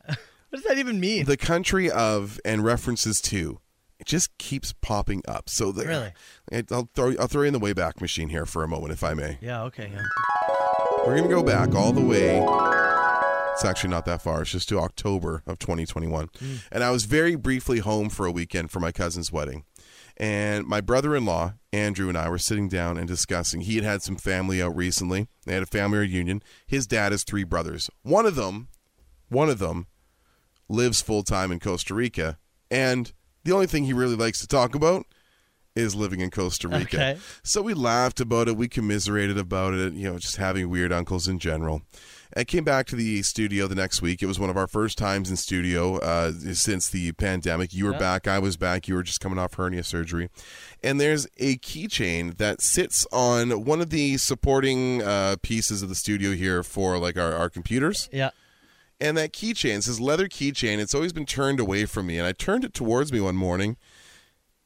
What does that even mean? The country of and references to. It just keeps popping up. So the, Really? I'll throw I'll throw you in the wayback machine here for a moment, if I may. yeah, okay. Yeah. We're going to go back all the way. It's actually not that far. It's just to October of 2021. And I was very briefly home for a weekend for my cousin's wedding. And my brother in law, Andrew, and I were sitting down and discussing. He had had some family out recently. They had a family reunion. His dad has three brothers. One of them, one of them lives full time in Costa Rica. And the only thing he really likes to talk about is living in Costa Rica. Okay. So we laughed about it. We commiserated about it, you know, just having weird uncles in general. I came back to the studio the next week. It was one of our first times in studio uh, since the pandemic. You were back, I was back. You were just coming off hernia surgery. And there's a keychain that sits on one of the supporting uh, pieces of the studio here for like our, our computers Yeah. and that keychain, it's this leather keychain, it's always been turned away from me. And I turned it towards me one morning,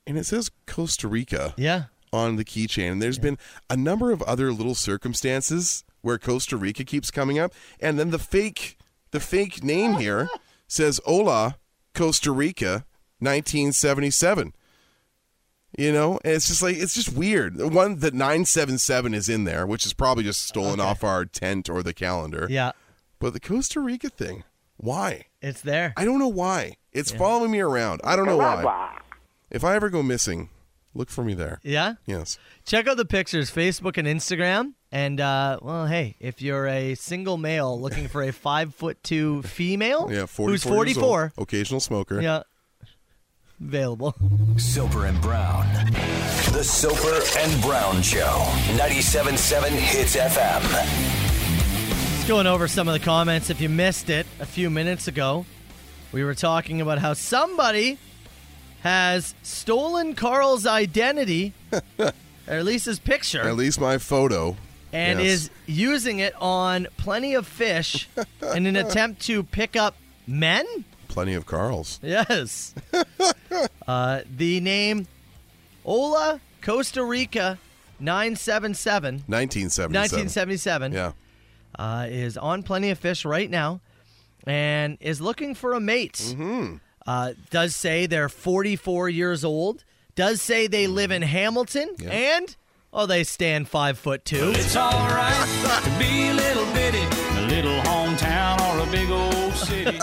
and it says Costa Rica Yeah. on the keychain. And there's been a number of other little circumstances where Costa Rica keeps coming up, and then the fake the fake name here says Hola Costa Rica 1977. You know, and it's just like it's just weird. The One that 977 is in there, which is probably just stolen off our tent or the calendar. Yeah, But the Costa Rica thing, why? it's there. I don't know why. It's following me around. I don't know why. If I ever go missing, look for me there. Yeah? Yes. Check out the pictures, Facebook and Instagram. And uh, well, hey, if you're a single male looking for a five foot two female Yeah, 44 who's years old, 44, occasional smoker. yeah, available. Soper and Brown. The Soper and Brown Show. 97.7 Hits FM. Just going over some of the comments. If you missed it a few minutes ago, we were talking about how somebody has stolen Carl's [laughs] identity, or at least his picture. At least my photo. and Yes. is using it on plenty of fish in an attempt to pick up men? Plenty of Carl's. Yes. uh, the name Ola Costa Rica 977 1977. 1977 Yeah. uh, is on plenty of fish right now and is looking for a mate. Uh, does say they're 44 years old. Does say they live in Hamilton and oh they stand five foot two. It's alright to be a little bitty, a little hometown or a big old city.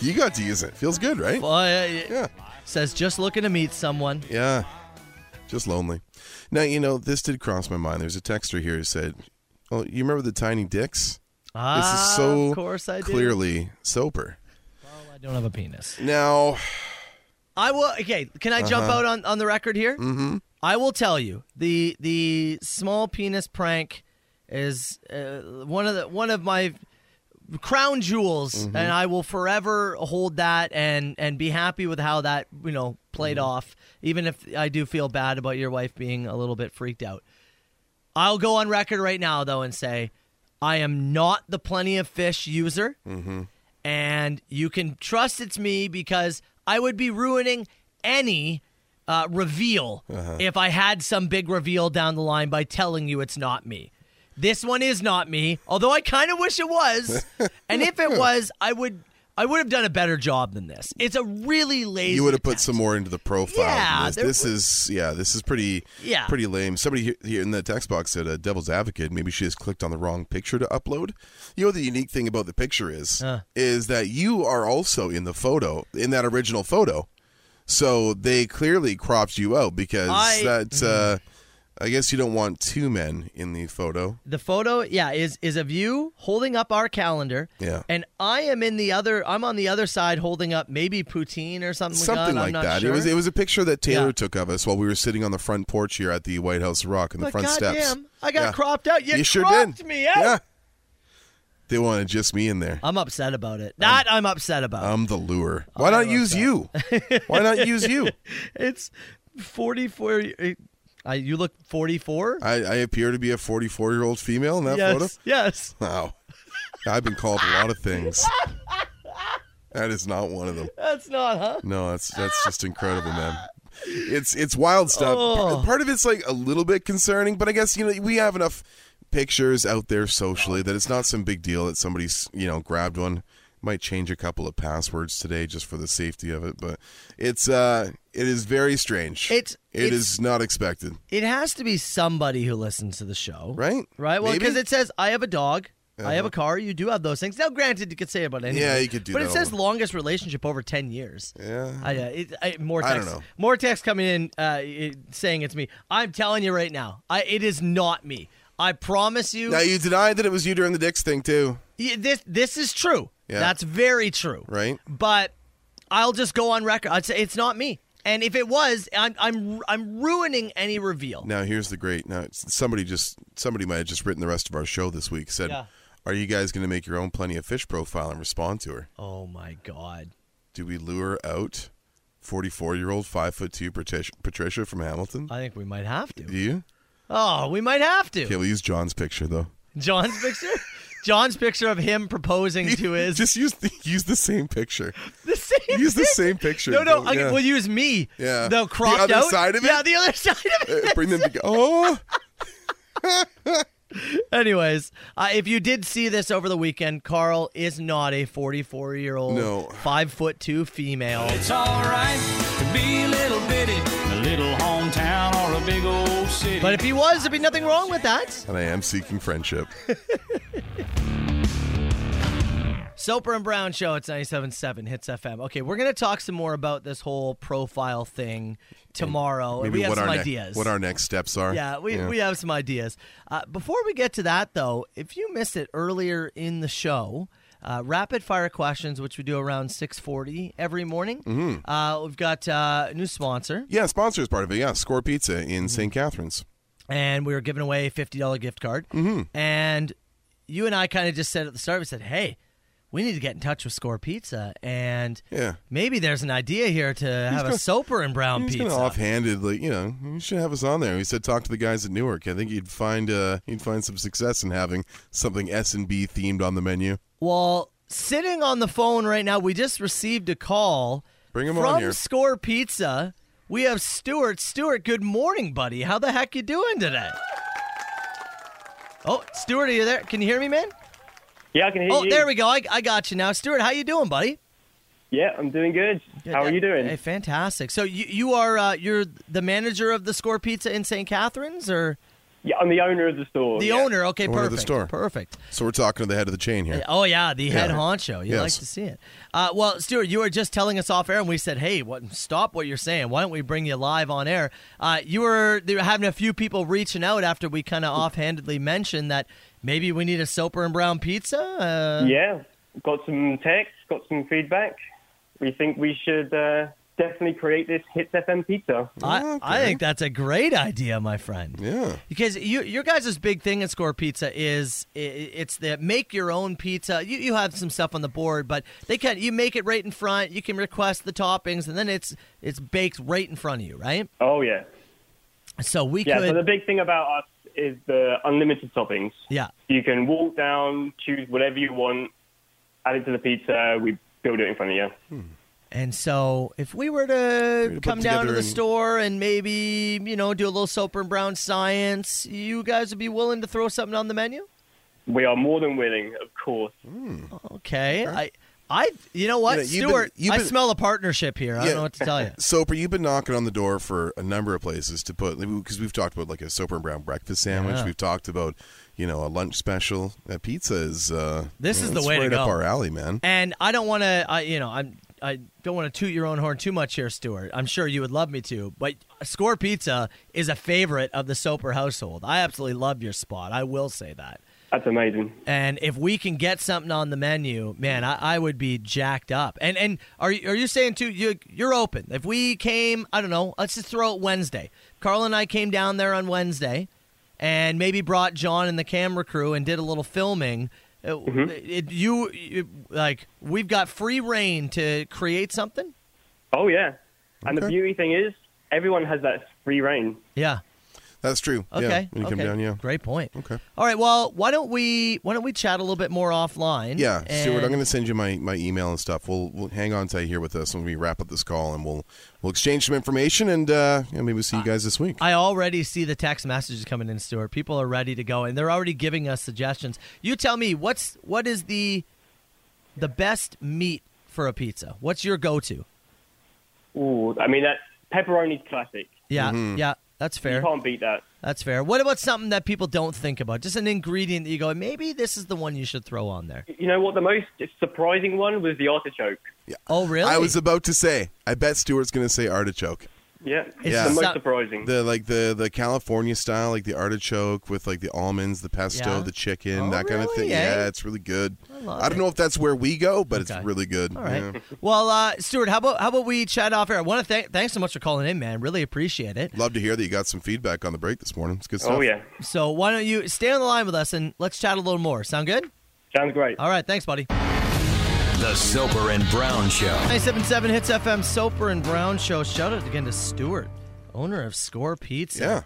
You got to use it. Feels good, right? Well, uh, Yeah. says just looking to meet someone. Yeah. Just lonely. Now, you know, this did cross my mind. There's a texter here who said, Oh, you remember the tiny dicks? This Ah, is so of course I do. clearly soper. I don't have a penis. Now, I will. Okay, can I jump out on, on the record here? Mm-hmm. I will tell you the the small penis prank is uh, one of the one of my crown jewels, and I will forever hold that and and be happy with how that you know played off. Even if I do feel bad about your wife being a little bit freaked out, I'll go on record right now though and say I am not the plenty of fish user. Mm-hmm. and you can trust it's me because I would be ruining any uh, reveal Uh-huh. if I had some big reveal down the line by telling you it's not me. This one is not me, although I kind of wish it [laughs] was. and if it was, I would I would have done a better job than this. It's a really lazy. you would have put some more into the profile. than Yeah, this there this w- is yeah, this is pretty Yeah. pretty lame. Somebody here, here in the text box said a devil's advocate. Maybe she just clicked on the wrong picture to upload. You know what the unique thing about the picture is is that you are also in the photo in that original photo. So they clearly cropped you out because I- Mm-hmm. that uh, I guess you don't want two men in the photo. the photo yeah is is of you holding up our calendar Yeah. and i am in the other i'm on the other side holding up maybe poutine or something, we got, Something Oh I'm like not that. sure. It was it was a picture that Taylor Yeah. took of us while we were sitting on the front porch here at the White House Rock in the but front goddamn, steps. i got Yeah. cropped out you, You sure cropped did. me out Yeah. They wanted just me in there. i'm upset about Um, it that i'm upset about I'm the lure. Oh, Why not use you? Why not use you? [laughs] it's 44 y- uh, you look 44 I, I appear to be a 44 year old female in that yes photo. yes Wow. I've been called a lot of [laughs] things. That is not one of them. that's not huh No, that's that's just incredible, man. It's it's wild stuff. Oh. Part of it's like a little bit concerning, but I guess you know we have enough pictures out there socially that it's not some big deal that somebody's you know grabbed one. Might change a couple of passwords today just for the safety of it, but it's uh it is very strange. It's- it it's- is not expected, it has to be somebody who listens to the show right? Right? Well, Maybe? Uh-huh. because it says, I have a dog. I have a car. You do have those things. Now, granted, you could say about anything. Yeah, you could do But that it says all- longest relationship over 10 years. Yeah. I, uh, it, I, more I text, don't know. More text coming in uh, it, saying it's me. I'm telling you right now, I, it is not me. I promise you, Now you denied that it was you during the dicks thing too, y- this this is true. Yeah. That's very true. right? But I'll just go on record. I'd say it's not me. And if it was, I'm I'm I'm ruining any reveal. Now here's the great. Now s- somebody just somebody might have just written the rest of our show this week. Said, Yeah. "Are you guys going to make your own plenty of fish profile and respond to her? Oh my god. Do we lure out 44 year old five foot two Patricia, Patricia from Hamilton? I think we might have to. Do you? Oh, we might have to. Okay, we'll use John's [laughs] picture though. John's picture? John's picture of him proposing to his just use the, use the same picture. [laughs] the same Use the pic- same picture. No, no, Don't- I, yeah. we'll use me. Yeah. The The cropped other out [laughs] side of it? Yeah, the other side of it. Uh, bring them together. Oh, Anyways, uh, if you did see this over the weekend, Carl is not a 44 year old, No. five foot two female. It's alright to be a little bitty, a little hometown or a big old city. But if he was, there'd be nothing wrong with that. And I am seeking [laughs] friendship. Soper and Brown Show. It's 97.7 Hits FM. Okay, we're gonna talk some more about this whole profile thing tomorrow. Maybe we have what some our ne- ideas. what our next steps are. [laughs] Yeah, we, we have some ideas. Uh, before we get to that, though, if you missed it earlier in the show, uh, rapid fire questions, which we do around six forty every morning. Mhm. Uh, we've got uh, a new sponsor, Yeah, sponsor is part of it. Yeah, Score Pizza Mm-hmm. in St. Catharines. and we were giving away a fifty dollar gift card. Mm-hmm. And you and I kind of just said at the start, we said, "Hey, we need to get in touch with Score Pizza, and Yeah. maybe there's an idea here to have gonna- a Soper and Brown He's pizza." kind of offhanded, like you know, you should have us on there. He said, talk to the guys at Newark. I think you'd find uh, you'd find some success in having something S and B themed on the menu. Well, sitting on the phone right now, we just received a call Bring him from on here. Score Pizza. We have Stuart. Stuart, good morning, buddy. How the heck you doing today? Oh, Stuart, are you there? Can you hear me, man? Yeah, I can hear oh, you. there we go. I, I got you now. Stuart, how you doing, buddy? Yeah, I'm doing good. How are you doing? Hey, fantastic. So you, you are uh, you're the manager of the Score Pizza in St. Catharines, or Yeah, I'm the owner of the store. The Oh, yeah. owner, okay, Owner of perfect. the store. Perfect. So we're talking to the head of the chain here. Oh yeah, the head Yeah. honcho. You like Yes. to see it. Uh, well, Stuart, you were just telling us off air, and we said, "Hey, what? Stop what you're saying. Why don't we bring you live on air?" Uh, you were they were having a few people reaching out after we kind of offhandedly mentioned that maybe we need a Soper and Brown pizza. Uh, Yeah, got some texts, got some feedback. We think we should uh, definitely create this Hits FM pizza. I, I think that's a great idea, my friend. Yeah. Because you, your guys' big thing at Score Pizza is i- i it's the make your own pizza. You, you have some stuff on the board, but they can you make it right in front. You can request the toppings, and then it's it's baked right in front of you, right? Oh yeah. So we yeah, could so the big thing about us is the unlimited toppings. yeah. You can walk down, choose whatever you want, add it to the pizza, we build it in front of you. And so if we were to put come down to together the and- store and maybe you know do a little Soper and Brown science, you guys would be willing to throw something on the menu? We are more than willing, of course. Okay, I. I, you know what, You know, you've been- Stuart? you've I been- smell a partnership here. I don't know what to [laughs] tell you. Soper, you've been knocking on the door for a number of places to put because we've talked about like a Soper and Brown breakfast sandwich. Yeah. We've talked about you know a lunch special. That pizza is uh, This you is know, the it's way to right up go. our alley, man. And I don't want to, I, you know, I'm, I don't want to toot your own horn too much here, Stuart. I'm sure you would love me to, but Score Pizza is a favorite of the Soper household. I absolutely love your spot. I will say that. That's amazing. And if we can get something on the menu, man, I, I would be jacked up. And and are you, are you saying too? You you're open. If we came, I don't know. Let's just throw it Wednesday. Carl and I came down there on Wednesday, and maybe brought John and the camera crew and did a little filming. It- Mm-hmm. it- you you- like we've got free reign to create something. Oh yeah. And the beauty thing is everyone has that free reign. Yeah. That's true. Okay. Yeah, when you okay. come down, yeah. Great point. Okay. All right. Well, why don't we why don't we chat a little bit more offline? Yeah, Stuart, and- I'm going to send you my, my email and stuff. We'll, we'll hang on tight here with us when we wrap up this call, and we'll we'll exchange some information, and uh, yeah, maybe we'll see you guys this week. I already see the text messages coming in, Stuart. People are ready to go, and they're already giving us suggestions. You tell me what's what is the the best meat for a pizza? What's your go-to? Ooh, I mean that pepperoni's classic. Yeah, Mm-hmm. yeah, that's fair. You can't beat that. That's fair. What about something that people don't think about? Just an ingredient that you go, maybe this is the one you should throw on there. You know what? The most surprising one was the artichoke. Oh, really? I was about to say, I bet Stuart's going to say artichoke. Yeah, it's the most surprising. The like the the California style, like the artichoke with like the almonds, the pesto, Yeah. the chicken, Oh, that kind of really, thing. eh? Yeah, it's really good. I, love don't it. know if that's where we go, but it's really good. All right. Yeah. Well, uh, Stuart, how about how about we chat off air? I want to thank thanks so much for calling in, man. Really appreciate it. Love to hear that you got some feedback on the break this morning. It's good Oh, stuff. So why don't you stay on the line with us and let's chat a little more? Sound good? Sounds great. All right. Thanks, buddy. The Soper and Brown Show. 977 Hits FM Soper and Brown Show. Shout out again to Stuart, owner of Score Pizza. Yeah.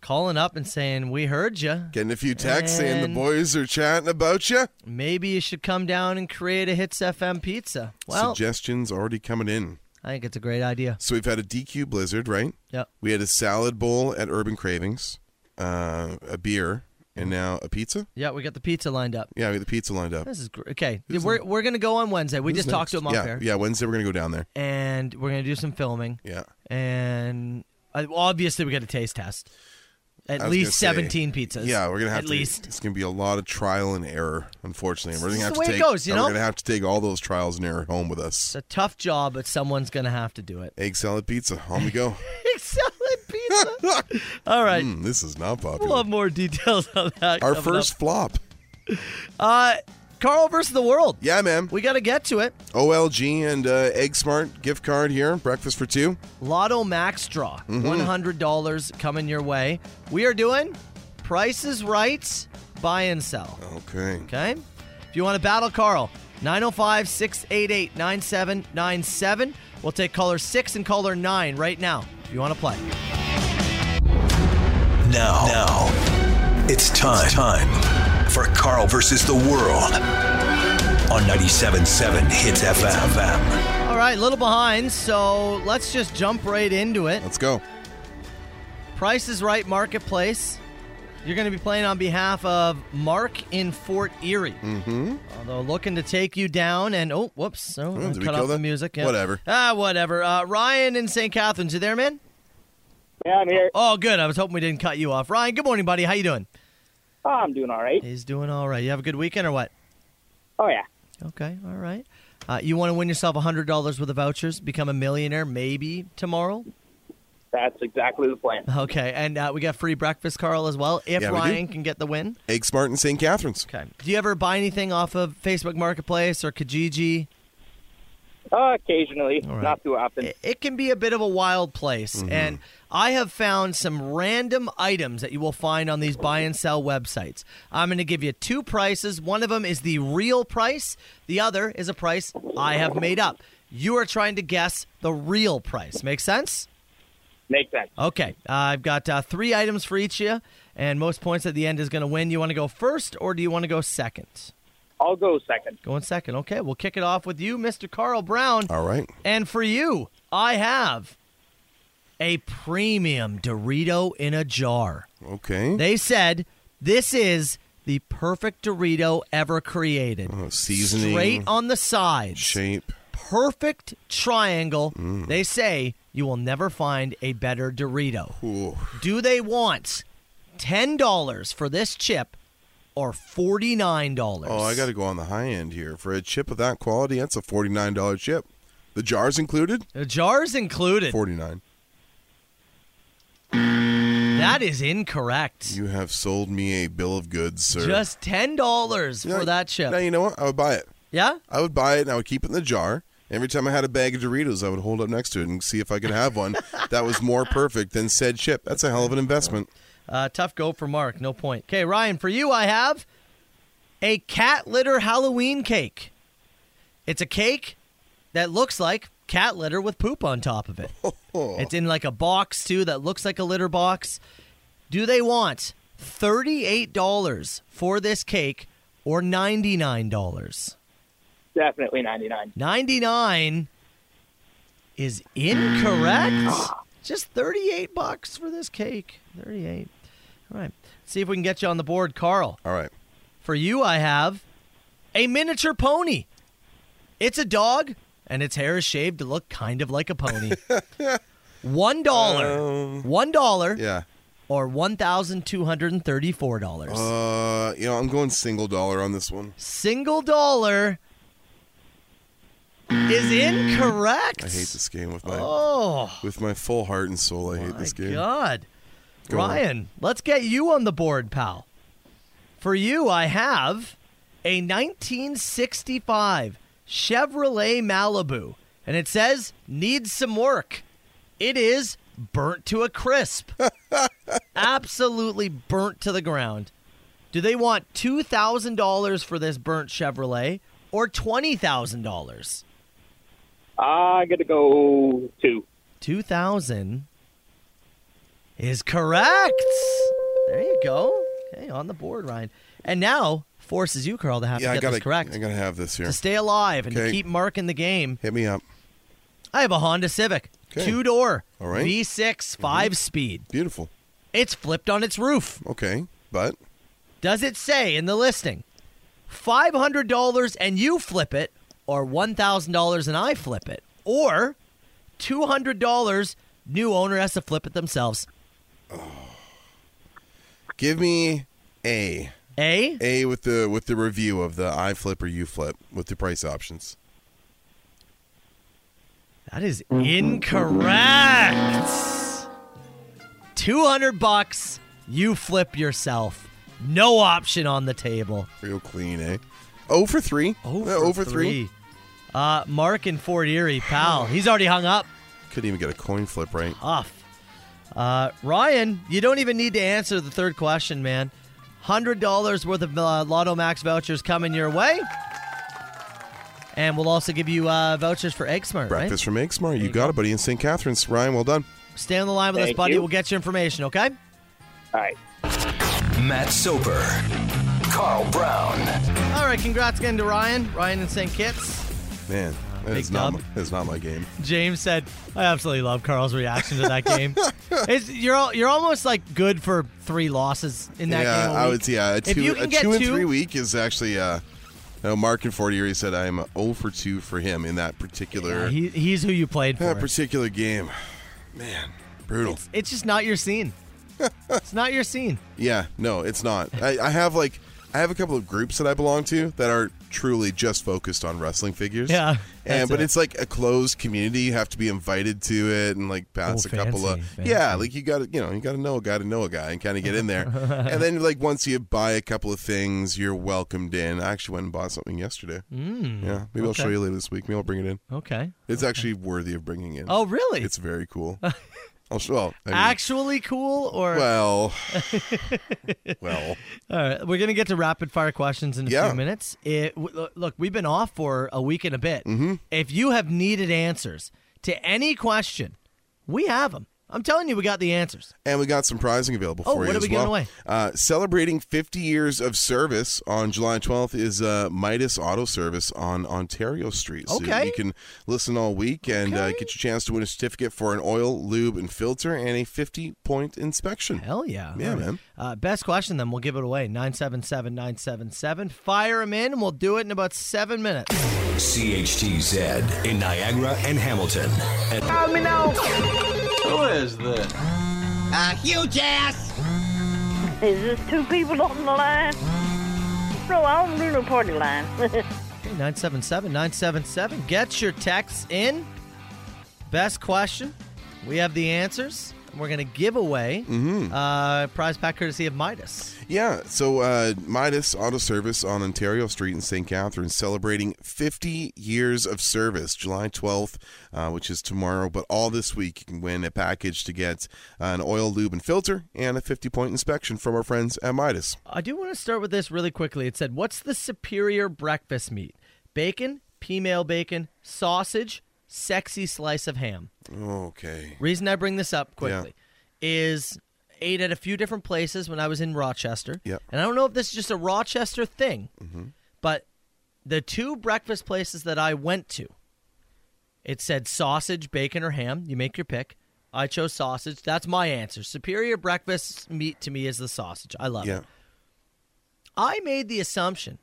Calling up and saying, We heard you. Getting a few texts saying the boys are chatting about you. Maybe you should come down and create a Hits FM pizza. Well, Suggestions already coming in. I think it's a great idea. So we've had a DQ Blizzard, right? Yep. We had a salad bowl at Urban Cravings, uh, a beer and now a pizza. Yeah, we got the pizza lined up. Yeah, we got the pizza lined up. This is great. Okay, we're, we're going to go on Wednesday. We Who's just talked to next? him off yeah, air. Yeah, Wednesday we're gonna go down there. And we're going to do some filming. Yeah. And uh, obviously, we got a taste test. I At was least gonna say- 17 pizzas. Yeah, we're gonna have At to. least. it's gonna be a lot of trial and error. Unfortunately, we're This gonna is the have to way it take. goes, you and know? we're gonna have to take all those trials and error home with It's us. a tough job, but someone's going to have to do it. Egg salad pizza. On [laughs] we go. Excellent pizza. [laughs] All right. Mm, this is not popular. We'll have more details on that. Our coming first up. flop. Uh, Carl versus the world. Yeah, man. We got to get to it. OLG and uh, Egg Smart gift card here. Breakfast for two. Lotto Max Draw, Mhm. $100 coming your way. We are doing prices right, buy and sell. Okay. Okay. If you want to battle Carl, 905 688 9797. We'll take caller six and caller nine right now if you want to play. Now, now, it's time, time for Carl versus the world on 97.7 Hits FM. All right, a little behind, so let's just jump right into it. Let's go. Price is Right Marketplace. You're going to be playing on behalf of Mark in Fort Erie. Mm-hmm. Although looking to take you down, and oh, whoops, oh, did we cut kill off the that? music. yeah. Whatever. Ah, whatever. Uh, Ryan in St. Catharines, you there, man? Yeah, I'm here. Oh, good. I was hoping we didn't cut you off. Ryan, good morning, buddy. How you doing? Oh, I'm doing all right. He's doing all right. You have a good weekend or what? Oh yeah. Okay, all right. Uh, you want to win yourself hundred dollars worth of vouchers, become a millionaire maybe tomorrow. [laughs] That's exactly the plan. Okay, and uh, we got free breakfast, Carl, as well. If Yeah, we do. Ryan can get the win, Egg Smart in St. Catharines. Okay. do you ever buy anything off of Facebook Marketplace or Kijiji? Oh, Uh, occasionally, All right. not too often. It can be a bit of a wild place, and I have found some random items that you will find on these buy and sell websites. I'm going to give you two prices. One of them is the real price. The other is a price I have made up. You are trying to guess the real price. Make sense? Make sense. Okay, uh, I've got uh, three items for each of you, and most points at the end is going to win. You want to go first, or do you want to go second? I'll go second. Going second. Okay, we'll kick it off with you, Mr. Carl Brown. All right. And for you, I have a premium Dorito in a jar. Okay. They said this is the perfect Dorito ever created. Oh, seasoning. Straight on the sides. Shape. Mm. Perfect triangle. They say you will never find a better Dorito. Do they want $10 for this chip or $49? Oh, I got to go on the high end here. For a chip of that quality, that's a $49 chip. The jars included? The jars included. 49 That is incorrect. You have sold me a bill of goods, sir. Just $10 Now- for that chip. Now, you know what? I would buy it. Yeah? I would buy it and I would keep it in the jar. Every time I had a bag of Doritos, I would hold up next to it and see if I could [laughs] have one that was more perfect than said chip. That's a hell of an investment. Uh, tough go for Mark. No point. Okay, Ryan, for you, I have a cat litter Halloween cake. It's a cake that looks like cat litter with poop on top of it. It's in like a box, too, that looks like a litter box. Do they want $38 for this cake or $99? Definitely 99. 99 is incorrect. Just 38 bucks for this cake. 38. All right. See if we can get you on the board, Carl. All right. For you I have a miniature pony. It's a dog and its hair is shaved to look kind of like a [laughs] pony. One dollar. One dollar. Um, Yeah. Or one thousand two hundred and thirty-four dollars. Uh, you know, I'm going single dollar on this one. Single dollar is incorrect. I hate this game with my Oh. with my full heart and soul. I hate this game. God. Go on. Ryan, let's get you on the board, pal. For you, I have a 1965 Chevrolet Malibu, and it says needs some work. It is burnt to a crisp. [laughs] Absolutely burnt to the ground. Do they want $2,000 for this burnt Chevrolet or $20,000? I got to go two. 2000 is correct. There you go. Okay, on the board, Ryan. And now forces you, Carl, to have yeah, to I get gotta this correct. I gotta have this here. to stay alive and to Okay. keep marking the game. Hit me up. I have a Honda Civic, Okay. two door, All right. Mm-hmm. V6, 5 speed. Beautiful. It's flipped on its roof. Okay, but Does it say in the listing $500 and you flip it, or $1,000 and I flip it, or $200 new owner has to flip it themselves? Give me A. A. A with the with the review of the I flip or you flip with the price options. That is incorrect. 200 bucks, you flip yourself. No option on the table. Real clean, eh? Oh for 3. Oh Yeah, oh for three. Uh, Mark in Fort Erie, pal. He's already hung up. Couldn't even get a coin flip right. Off. Uh, Ryan, you don't even need to answer the third question, man. $100 worth of uh, Lotto Max vouchers coming your way. And we'll also give you uh, vouchers for Egg Smart, right? Breakfast from Egg Smart. You got it, buddy. In St. Catharines. Ryan, well done. Stay on the line with us, Thank buddy. you. We'll get your information, okay? All right. Matt Soper, Carl Brown. All right, congrats again to Ryan. Ryan in St. Kitts. Man, that is, not my, that is not my game. James said, "I absolutely love Carl's reaction to that [laughs] game. it's, you're al- you're almost like good for three losses in that yeah, game. a I week. would. Yeah, a if two, you a can two, get and three week is actually. Uh, no, Mark and Forty Erie said I am 0 for 2 for him in that particular Yeah, he, he's who you played for. that particular game. Man, brutal. It's just not your scene. it's not your scene. Yeah, no, it's not. I, I have like I have a couple of groups that I belong to that are truly just focused on wrestling figures. Yeah, that's and but it. it's like a closed community. You have to be invited to it and like pass Oh, a couple of fancy, yeah, like you got to you know you got to know a guy to know a guy and kind of get [laughs] in there. and then like once you buy a couple of things, you're welcomed in. I actually went and bought something yesterday. Mm, yeah, maybe I'll show okay. you later this week. Maybe I'll bring it in. Okay. It's actually worthy of bringing in. Oh, really? It's very cool. [laughs] I'll show. Well, [laughs] I mean, Actually cool or [laughs] well, well. All right, we're gonna get to rapid fire questions in a Yeah. few minutes. It, w- lo- look, we've been off for a week and a bit. Mm-hmm. If you have needed answers to any question, we have them. I'm telling you, we got the answers. And we got some prizing available Oh, for what you are as we giving well. away? Uh, celebrating 50 years of service on July 12th is uh, Midas Auto Service on Ontario Street. So Okay. you can listen all week and uh, get your chance to win a certificate for an oil, lube, and filter and a 50 point inspection. Hell yeah. Yeah, All right. man. Uh, best question, then we'll give it away. 977 977. Fire them in, and we'll do it in about seven minutes. CHTZ in Niagara and Hamilton. And- Who is this? A huge ass. Is this two people on the line? No, I don't do no party line. 977 977. Get your texts in. Best question. We have the answers. We're going to give away uh, prize pack courtesy of Midas. Yeah, so uh, Midas Auto Service on Ontario Street in St. Catharines celebrating 50 years of service, July 12th, uh, which is tomorrow. But all this week, you can win a package to get an oil, lube, and filter and a 50 point inspection from our friends at Midas. I do want to start with this really quickly. It said, What's the superior breakfast meat? Bacon, female bacon, sausage, sexy slice of ham. Okay. Reason I bring this up quickly is ate at a few different places when I was in Rochester. Yeah. Mm-hmm. And I don't know if this is just a Rochester thing, but the two breakfast places that I went to, it said sausage, bacon, or ham. You make your pick. I chose sausage. That's my answer. Superior breakfast meat to me is the sausage. I love Yeah. it. I made the assumption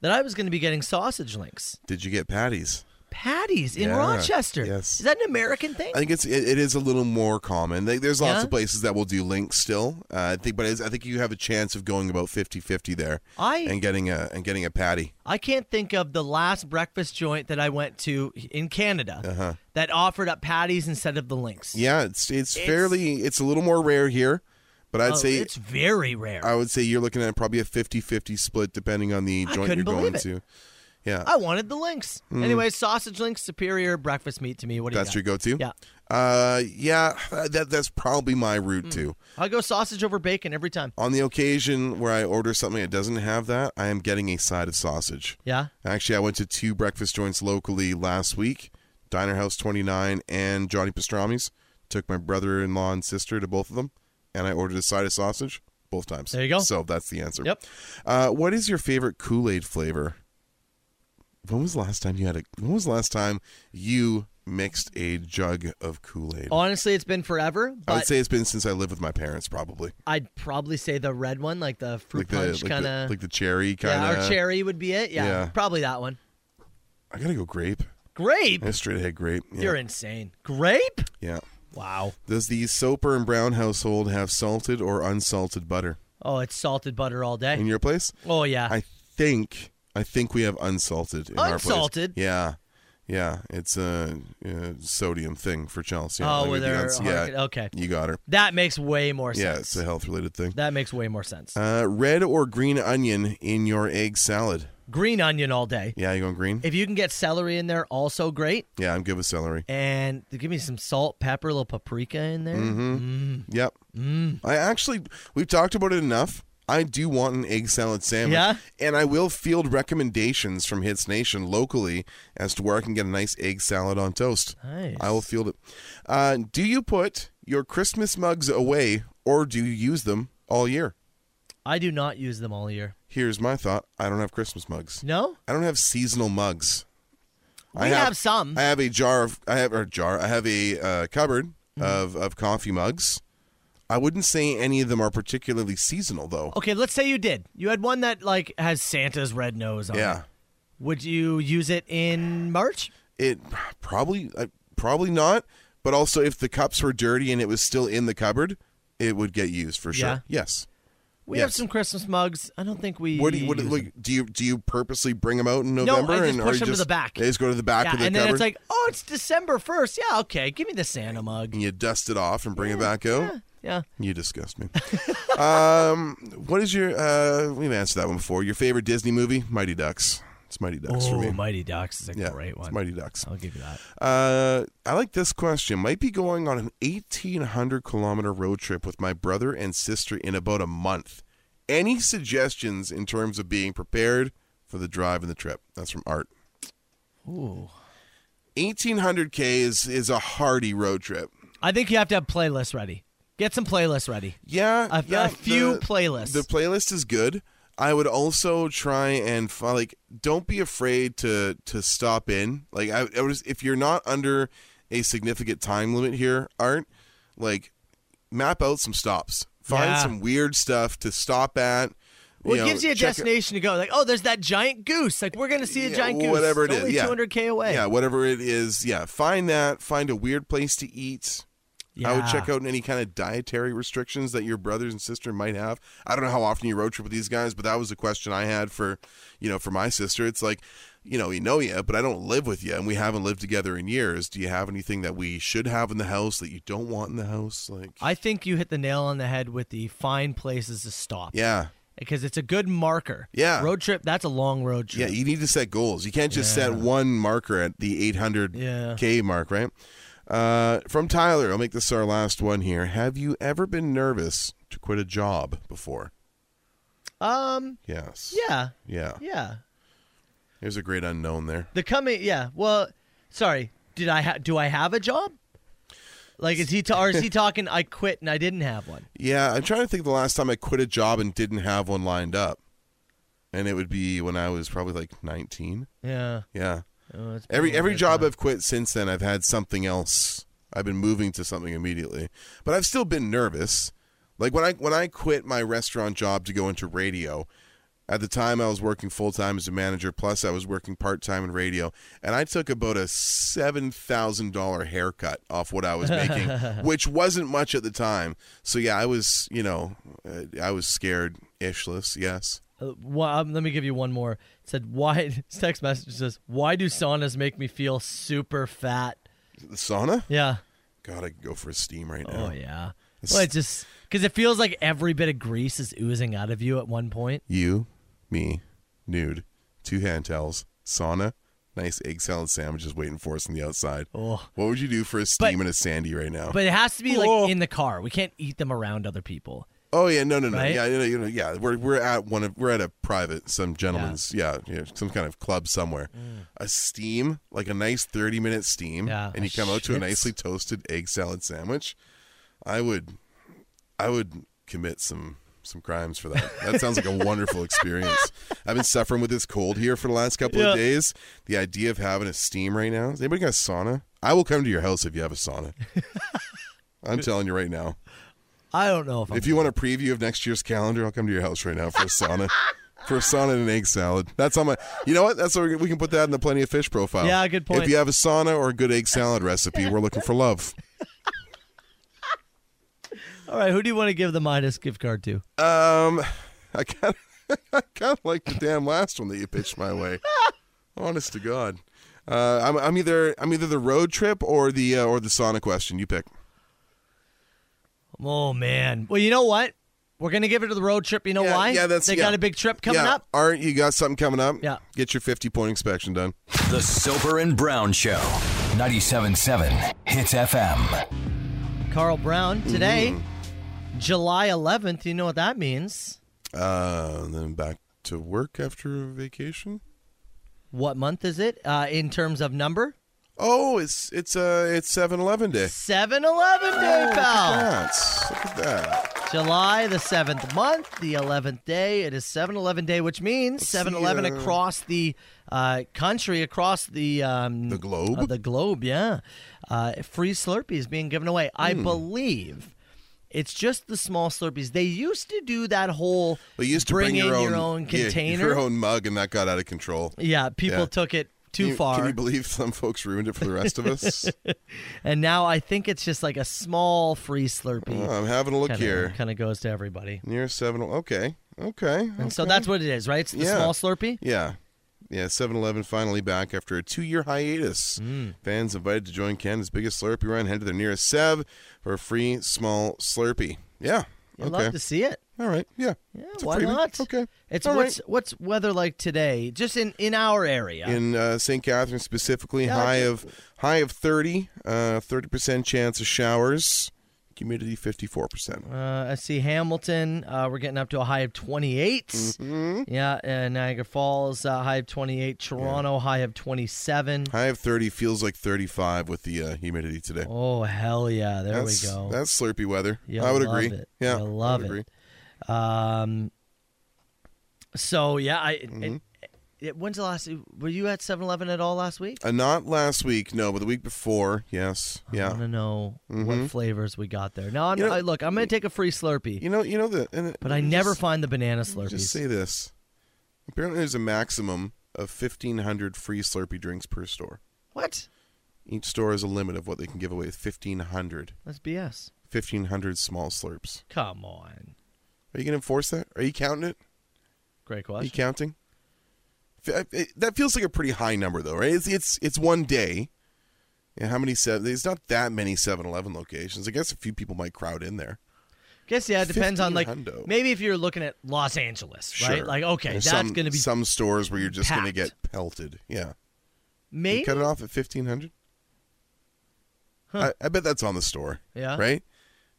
that I was going to be getting sausage links, Did you get patties? patties in Yeah, Rochester. yes. Is that an American thing? I think it's it, it is a little more common. Like, there's lots Yeah? of places that will do links still. Uh, I think, but it's, I think you have a chance of going about 50-50 there I- and getting a and getting a patty. I can't think of the last breakfast joint that I went to in Canada that offered up patties instead of the links. Uh-huh. Yeah, it's it's fairly it's a little more rare here, but I'd Oh, say it's very rare. I would say you're looking at probably a 50-50 split depending on the I joint couldn't you're believe going it. to. Yeah. I wanted the links. Mm. Anyway, sausage links, superior breakfast meat to me. What do that's you your got? go-to. Yeah. Uh yeah, that that's probably my route Hmm. too. I go sausage over bacon every time. On the occasion where I order something that doesn't have that, I am getting a side of sausage. Yeah. Actually, I went to two breakfast joints locally last week, Diner House 29 and Johnny Pastrami's. Took my brother-in-law and sister to both of them, and I ordered a side of sausage both times. There you go. So that's the answer. Yep. Uh, what is your favorite Kool-Aid flavor? When was the last time you had a? When was the last time you mixed a jug of Kool Aid? Honestly, it's been forever, I would Oh, but say it's been since I lived with my parents, probably. I'd probably say the red one, like the fruit Like the, punch like, kind the, of. like the cherry kind yeah, of. or cherry would be it. Yeah, Yeah. probably that one. I gotta go grape. Grape? Yeah, straight ahead grape. Yeah. You're insane. Grape? Yeah. Wow. Does the Soper and Brown household have salted or unsalted butter Oh, it's salted butter all day. in your place? Oh yeah. I think I think we have unsalted in our place. Unsalted? Yeah. Yeah, it's a, uh sodium thing for Chelsea. Oh, Like where with the they're uns- hard- yeah, okay. You got her. that makes way more yeah, sense. it's a health related thing. That makes way more sense. Uh, red or green onion in your egg salad? Green onion all day. Yeah, you going green? If you can get celery in there, also great. Yeah, I'm good with celery. And give me some salt, pepper, a little paprika in there. Mm-hmm. Yep. Mm. I actually, we've talked about it enough. I do want an egg salad sandwich. Yeah? And I will field recommendations from Hits Nation locally as to where I can get a nice egg salad on toast. Nice. I will field it. Uh, do you put your Christmas mugs away or do you use them all year? I do not use them all year. Here's my thought I don't have Christmas mugs. No? I don't have seasonal mugs. We have some. I have a jar of I have or jar. I have a uh, cupboard Mm-hmm. of of coffee mugs. I wouldn't say any of them are particularly seasonal though. Okay, let's say you did. You had one that like has Santa's red nose on. it. Yeah. Would you use it in March? It probably uh, probably not, but also if the cups were dirty and it was still in the cupboard, it would get used for sure. Yeah. Yes. We have Yes. some Christmas mugs. I don't think we. What do you what, do- use like, do you do you purposely bring them out in No, I November just and or push you them to the back. They just go to the back yeah, of the and cupboard then it's like, oh, it's December first. Yeah, okay, give me the Santa mug. and you dust it off and bring it back out. Yeah, You disgust me. [laughs] um, what is your? Uh, we've answered that one before. Your favorite Disney movie? Mighty Ducks. It's Mighty Ducks for Oh, me. Mighty Ducks is a yeah, great It's one. Mighty Ducks. I'll give you that. Uh, I like this question. Might be going on an eighteen hundred kilometer road trip with my brother and sister in about a month. Any suggestions in terms of being prepared for the drive and the trip? That's from Art. Ooh, 1800k is is a hardy road trip. I think you have to have playlists ready. Get some playlists ready. Yeah, a, yeah, a few the- playlists. The playlist is good. I would also try and fi- like don't be afraid to to stop in. Like I, I was, if you're not under a significant time limit here, Art, like map out some stops. Find Yeah. some weird stuff to stop at. well, it know, gives you a check- destination to go. Like, oh, there's that giant goose. Like, we're gonna see a yeah, giant goose. Whatever it It's is, only yeah. 200k away. Yeah, whatever it is, yeah. Find that. Find a weird place to eat. I would Yeah. check out any kind of dietary restrictions that your brothers and sister might have. I don't know how often you road trip with these guys, but that was a question I had for, you know, for my sister. It's like, you know, we know you, but I don't live with you, and we haven't lived together in years. Do you have anything that we should have in the house that you don't want in the house? Like, I think you hit the nail on the head with the find places to stop. yeah, because it's a good marker. Yeah. road trip. That's a long road trip. Yeah, you need to set goals. You can't just set Yeah. one marker at the 800 K mark, right? Uh, from Tyler, I'll make this our last one here. Have you ever been nervous to quit a job before? Um. Yes. Yeah. Yeah. Yeah. There's a great unknown there. The coming. Yeah. Well, sorry. Did I ha- do I have a job? Like is he ta- or is [laughs] he talking? I quit and I didn't have one. Yeah, I'm trying to think the last time I quit a job and didn't have one lined up. And it would be when I was probably like 19. Yeah. Yeah. Oh, it's every been a every bit, job huh? I've quit since then, I've had something else. I've been moving to something immediately, but I've still been nervous. Like when I when I quit my restaurant job to go into radio, at the time I was working full time as a manager, plus I was working part time in radio, and I took about a seven thousand dollar haircut off what I [laughs] was making, which wasn't much at the time. So yeah, I was you know uh, I was scared ishless. Yes. Uh, why, um, let me give you one more. It said why [laughs] this text message says why do saunas make me feel super fat? The sauna? Yeah. God, I could go for a steam right now. Oh yeah. It's- well, it just because it feels like every bit of grease is oozing out of you at one point. You, me, nude, two hand towels, sauna, nice egg salad sandwiches waiting for us on the outside. Oh. What would you do for a steam and a sandy right now? But it has to be like in the car. We can't eat them around other people. oh yeah, no, no, no, Right? yeah, you know, you know, yeah. We're we're at one of we're at a private some gentleman's yeah, yeah, some kind of club somewhere. A steam like a nice thirty minute steam, Mm. Yeah, and a you come out to a schwitz. nicely toasted egg salad sandwich. I would, I would commit some some crimes for that. That sounds [laughs] like a wonderful experience. I've been suffering with this cold here for the last couple Yeah. of days. The idea of having a steam right now. Has anybody got a sauna? I will come to your house if you have [laughs] a sauna. I'm telling you right now. I don't know if I'm If you want a preview of next year's calendar, I'll come to your house right now for a sauna. For a sauna and an egg salad. That's on my. You know what? That's what we're, we can put that in the plenty of fish profile. Yeah, good point. If you have a sauna or a good egg salad recipe, we're looking for love. All right, who do you want to give the Midas gift card to? Um, I kind of, [laughs] I kind of like the damn last one that you pitched my way. Honest to God, uh, I'm, I'm either I'm either the road trip or the uh, or the sauna question. You pick. Oh man. Well, you know what? We're gonna give it to the road trip. You know why? yeah, that's- they yeah. got a big trip coming Yeah, up. Art, you got something coming up? Yeah. Get your 50 point inspection done. The Silver and Brown Show, 97.7 Hits FM. Carl Brown today, Mm-hmm. July 11th. You know what that means? Uh, and then back to work after vacation. What month is it uh, in terms of number? Oh, it's it's uh it's 7-Eleven day. 7-Eleven day, Oh, look at pal. that. Look at that. July the 7th month, the 11th day. It is 7-Eleven day, which means 7-Eleven uh, across the uh, country, across the um, the globe. the globe, yeah. Uh, free Slurpees being given away. I Hmm. believe it's just the small Slurpees. They used to do that whole We used to bring, bring, your, in own, your own yeah, [laughs] container. your own mug, and that got out of control. Yeah, people Yeah. took it too Can you- far. Can you believe some folks ruined it for the rest [laughs] of us? and now I think it's just like a small free Slurpee. Oh, I'm having a look Kinda- here. Kind of goes to everybody. Near seven. Okay. Okay. And so that's what it is, right? It's the small Slurpee. Yeah. Yeah, 7 Eleven finally back after a two year hiatus. Hmm. Fans invited to join Canada's biggest Slurpee run head to their nearest Sev for a free small Slurpee. Yeah. You'd okay. love to see it. All right. Yeah. Yeah. It's a why freebie. not? Okay. It's All what's what's weather like today, just in in our area. In uh, St. Catharines specifically, Yeah, high I of high of 30, uh, 30% chance of showers, humidity 54%. uh, I see Hamilton. Uh, we're getting up to a high of 28. Mm-hmm. Yeah, and Niagara Falls uh, high of 28. Toronto high of 27. High of 30 feels like 35 with the uh, humidity today. Oh hell yeah! There That's- we go. That's slurpy weather. You I would love agree. it. Yeah, You love I would it. agree. Um. So yeah, I. it- Mm-hmm. It, it, when's the last? Were you at 7-Eleven at all last week? Uh, not last week, no, but the week before, yes, yeah. want to know Mhm. what flavors we got there. Now, I'm, You know- I, look, I'm going to take a free Slurpee. You know, you know the. And but I never find the banana Slurpees. Just say this. Apparently, there's a maximum of 1,500 free Slurpee drinks per store. What? Each store has a limit of what they can give away. 1,500, That's BS. 1,500 small slurps. Come on. Are you going to enforce that? Are you counting it? Great Are you question. counting? F- I- I- That feels like a pretty high number, though, right? It's it's it's one day. And how many seven? There's not that many 7-Eleven locations. I guess a few people might crowd in there. Guess yeah, it depends on like 15 hundo. maybe if you're looking at Los Angeles, right? Sure. Like okay, There's that's some- going to be some stores where you're just going to packed. get pelted. Yeah, maybe You cut it off at fifteen hundred. Huh. I, I bet that's on the store. Yeah. right.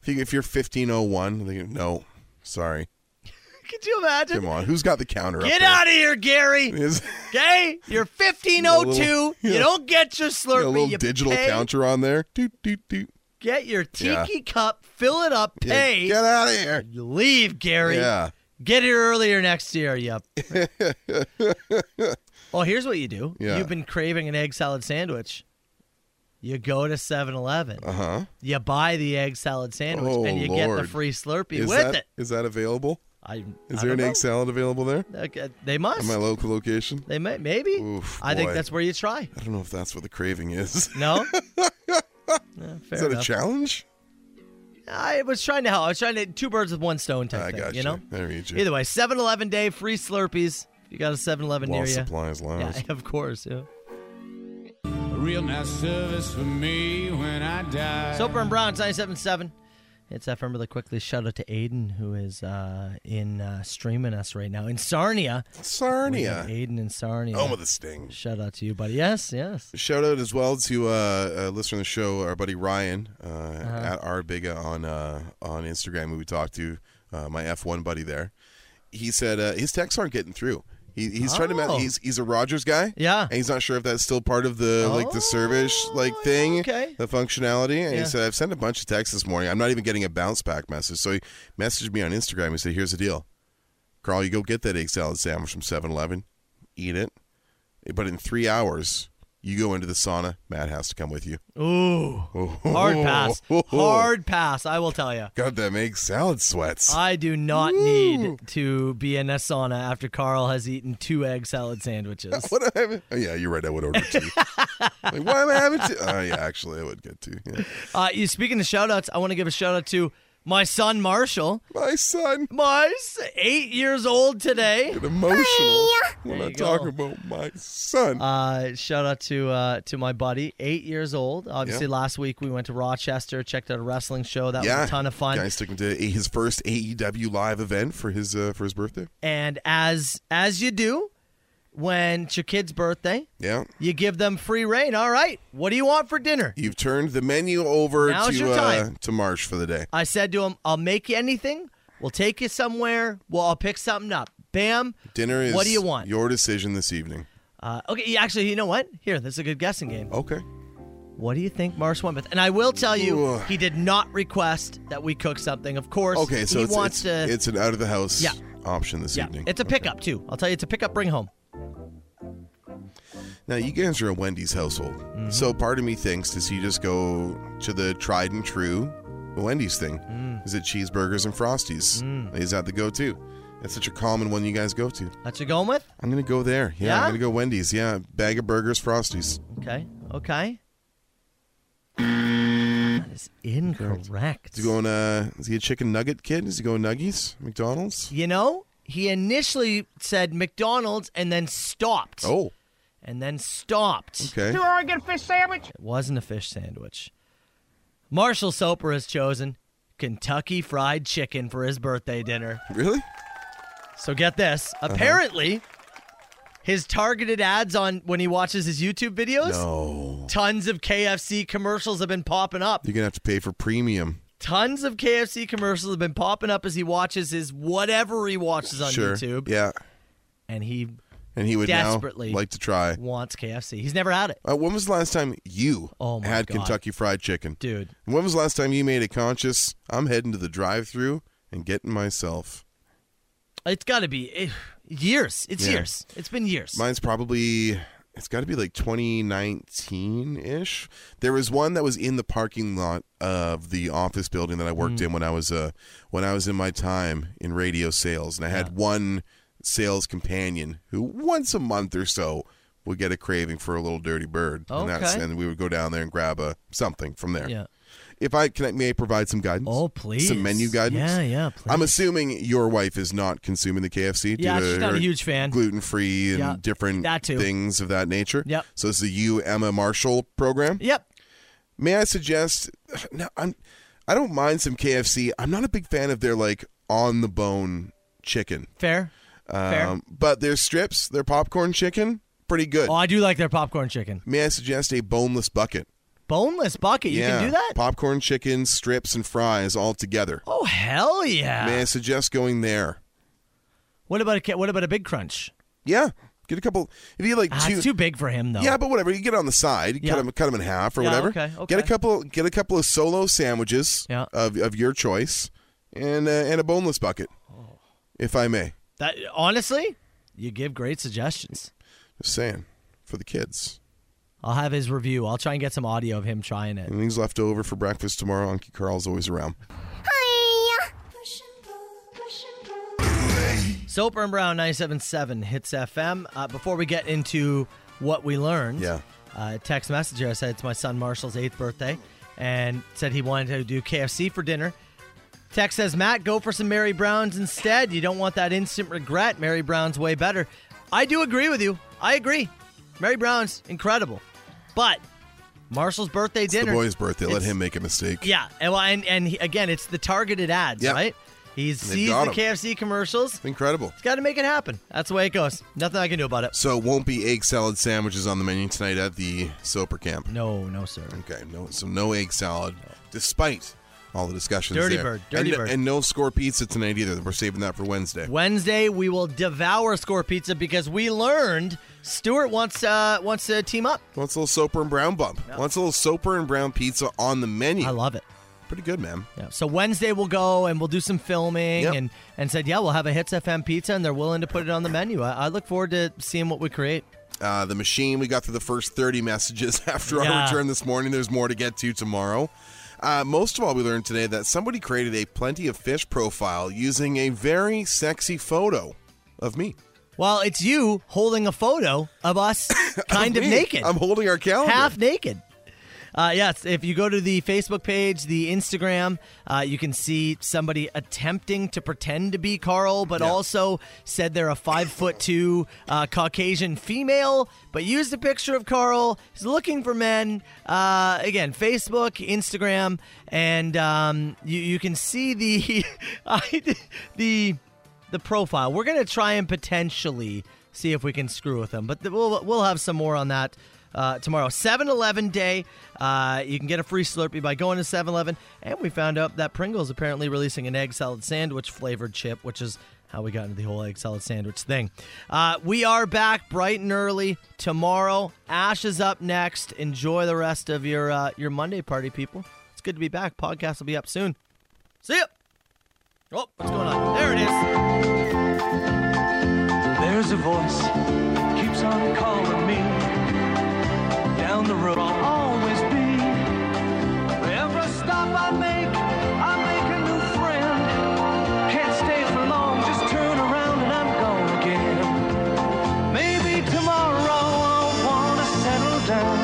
If, you, if you're fifteen oh one, they go, no, sorry, [laughs] Could you imagine? come on, who's got the counter? Get up out of here, Gary. there? [laughs] Is- Okay, you're 1502. yeah. you don't get your Slurpee. a little you digital pay. counter on there. Doot doot doot. Get your Yeah. tiki cup, fill it up, Yeah, pay. get out of here. You leave, Gary. Yeah. Get here earlier next year, [laughs] yep. well, here's what you do. Yeah. You've been craving an egg salad sandwich. You go to 7-Eleven. Uh huh. You buy the egg salad sandwich Oh, and you get the Lord. free Slurpee Is with that, it. is that available? I, Is I there an don't egg salad available there? know. Okay, They must. At my local location? They may, maybe. Oof, I think boy. that's where you try. I don't know if that's what the craving is. [laughs] No? Yeah, fair is that enough. a challenge? I was trying to help. I was trying to two birds with one stone type I thing, got you know? I read you. Either way, 7-Eleven day, free Slurpees. If You got a 7-Eleven While near you. supplies last. Yeah, [laughs] of course, yeah. A real nice service for me when I die. Soper and Brown, 97.7. It's FM really quickly. Shout out to Aiden, who is uh, in uh, streaming us right now in Sarnia. [laughs] We have Sarnia. Aiden in Sarnia. Home of the sting. Shout out to you, buddy. Yes, yes. Shout out as well to uh, a listener of the show, our buddy Ryan uh, Uh-huh. at Arbiga on uh, on Instagram, who we talked to, uh, my F1 buddy there. He said uh, his texts aren't getting through. He, he's trying to Oh. match. He's he's a Rogers guy. Yeah, Oh, and he's not sure if that's still part of the like the service like thing, okay. the functionality. And Yeah. he said, "I've sent a bunch of texts this morning. I'm not even getting a bounce back message." So he messaged me on Instagram. He said, "Here's the deal, Carl. You go get that egg salad sandwich from 7-Eleven, eat it, but in three hours." You go into the sauna. Matt has to come with you. Ooh. Hard [laughs] pass. Hard pass, I will tell you. God, that makes salad sweats. I do not need to be in a sauna after Carl has eaten two egg salad sandwiches. [laughs] what am I having? Oh, yeah, you're right. I would order [laughs] two. like, why am I having two? Oh, yeah, actually, I would get two. Yeah. Uh, you speaking of shout outs, I want to give a shout out to my son Marshall. My son. My s- eight years old today. Get emotional when I talk about my son. Uh, shout out to uh, to my buddy, eight years old. Obviously, Yeah. last week we went to Rochester, checked out a wrestling show. That yeah, was a ton of fun. Guys took him to a- his first AEW live event for his uh, for his birthday. And as as you do when it's your kid's birthday, Yeah, you give them free reign. All right, what do you want for dinner? you've turned the menu over Now's to your uh, time. to Marsh for the day. I said to him, I'll make you anything. We'll take you somewhere. Well, I'll pick something up. Bam. Dinner is What do you want? Your decision this evening. Uh, okay, yeah, actually, you know what? Here, this is a good guessing game. Okay. What do you think Marsh went with? And I will tell you, Ooh. he did not request that we cook something. Of course, Okay, so he it's wants it's, to. it's an out of the house Yeah. option this yeah, evening. it's a pickup too. I'll tell you, it's a pickup. Bring home. Now you guys are a Wendy's household, Mm-hmm. so part of me thinks does he just go to the tried and true Wendy's thing? Mm. Is it cheeseburgers and frosties? Is that the go-to? That's such a common one you guys go to. That's you going with? I'm gonna go there. Yeah, Yeah? I'm gonna go Wendy's. Yeah, bag of burgers, frosties. Okay. Okay. That is incorrect. Is he going? Uh, is he a chicken nugget kid? Is he going Nuggies? McDonald's? You know, he initially said McDonald's and then stopped. Oh, And then stopped. okay. Oregon fish sandwich. It wasn't a fish sandwich. Marshall Soper has chosen Kentucky Fried Chicken for his birthday dinner. Really? So get this. Uh-huh. Apparently, his targeted ads on when he watches his YouTube videos, No, tons of KFC commercials have been popping up. you're gonna have to pay for premium. Tons of KFC commercials have been popping up as he watches his whatever he watches on sure. YouTube. Yeah, And he and he would Desperately. now like to try. wants KFC. He's never had it. Uh, when was the last time you Oh my had God. Kentucky Fried Chicken? Dude. When was the last time you made a conscious, I'm heading to the drive through and getting myself? It's got to be eh, years. It's Yeah. years. It's been years. Mine's probably, it's got to be like 2019 ish. There was one that was in the parking lot of the office building that I worked Mm. in when I was uh, when I was in my time in radio sales, and I had one sales companion who once a month or so would get a craving for a little dirty bird, and that's Okay. and we would go down there and grab a something from there. yeah. If I can, I may I provide some guidance. Oh, please. Some menu guidance. Yeah, yeah, please. I'm assuming your wife is not consuming the KFC. due Yeah, to she's not a her huge fan. Gluten-free and Yeah, different that too. things of that nature. Yep. So it's the you Emma Marshall program. Yep. May I suggest? [sighs] No, I'm. I don't mind some KFC. I'm not a big fan of their like on the bone chicken. Um, Fair. Fair. But their strips, their popcorn chicken, pretty good. Oh, I do like their popcorn chicken. May I suggest a boneless bucket? Boneless bucket. You yeah, can do that? Popcorn chicken, strips, and fries all together. Oh, hell yeah. May I suggest going there? What about a ca- what about a big crunch? Yeah, get a couple. If you like Ah, two, it's too big for him though. yeah, but whatever. You get it on the side, you Yeah. cut them, in half or Yeah, whatever. okay, Get okay. a couple, get a couple of solo sandwiches Yeah. of of your choice, and uh, and a boneless bucket, Oh. if I may. That honestly, you give great suggestions. Just saying, for the kids. I'll have his review. I'll try and get some audio of him trying it. Anything's left over for breakfast tomorrow. Uncle Carl's always around. Mm. Soper and Brown 977 Hits FM. Uh, before we get into what we learned, Yeah. uh, text messenger I said it's my son Marshall's eighth birthday and said he wanted to do KFC for dinner. Text says, Matt, go for some Mary Browns instead. You don't want that instant regret. Mary Brown's way better. I do agree with you. I agree. Mary Brown's incredible. But Marshall's birthday It's dinner. the boy's birthday. Let it's- him make a mistake. Yeah. And, well, and, and he- again, it's the targeted ads, Yeah. right? He sees got the 'em. KFC commercials. Incredible. Got to make it happen. That's the way it goes. Nothing I can do about it. So it won't be egg salad sandwiches on the menu tonight at the Soper camp. No, no, sir. Okay, no, so no egg salad, despite all the discussions. Dirty there. Bird, Dirty and, Bird. and no score pizza tonight either. We're saving that for Wednesday. Wednesday we will devour score pizza because we learned Stuart wants uh wants to team up. Wants a little soaper and brown bump. Wants a little soaper and brown pizza on the menu. I love it. Pretty good, man. Yeah. So Wednesday we'll go and we'll do some filming Yep. and and said yeah we'll have a Hits FM pizza and they're willing to put it on the menu. I, I look forward to seeing what we create. Uh, the machine, we got through the first 30 messages [laughs] after Yeah. our return this morning. There's more to get to tomorrow. Uh, most of all, we learned today that somebody created a plenty of fish profile using a very sexy photo of me. Well, it's you holding a photo of us kind [coughs] of me. naked. I'm holding our calendar. Half naked. Uh, yes, if you go to the Facebook page, the Instagram, uh, you can see somebody attempting to pretend to be Carl, but also said they're a five foot two uh, Caucasian female, but used a picture of Carl. He's looking for men. Uh, again, Facebook, Instagram, and um, you, you can see the [laughs] I, the the profile. We're gonna try and potentially see if we can screw with them, but th- we'll we'll have some more on that uh, tomorrow. 7-Eleven day. Uh, you can get a free Slurpee by going to 7-Eleven, and we found out that Pringles apparently releasing an egg salad sandwich flavored chip, which is how we got into the whole egg salad sandwich thing. Uh, we are back bright and early tomorrow. Ash is up next. Enjoy the rest of your uh, your Monday party, people. It's good to be back. Podcast will be up soon. See ya. Oh, what's going on? There it is. There's a voice keeps on calling me. Down the road I'll always be. Every stop I make, I make a new friend. Can't stay for long, just turn around and I'm gone again. Maybe tomorrow I'll wanna settle down.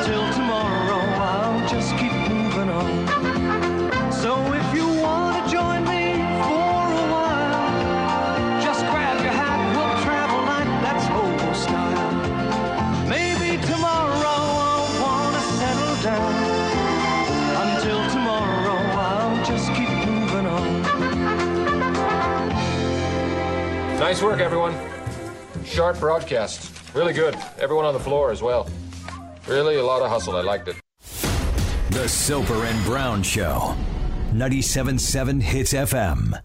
Until tomorrow I'll just keep moving on. So if you wanna join me for a while. Just grab your hat, we'll travel like that's old style. Maybe tomorrow I'll wanna settle down. Until tomorrow I'll just keep moving on. Nice work, everyone. Sharp broadcast. Really good. Everyone on the floor as well. Really a lot of hustle. I liked it. The Soper and Brown Show. 97.7 Hits FM.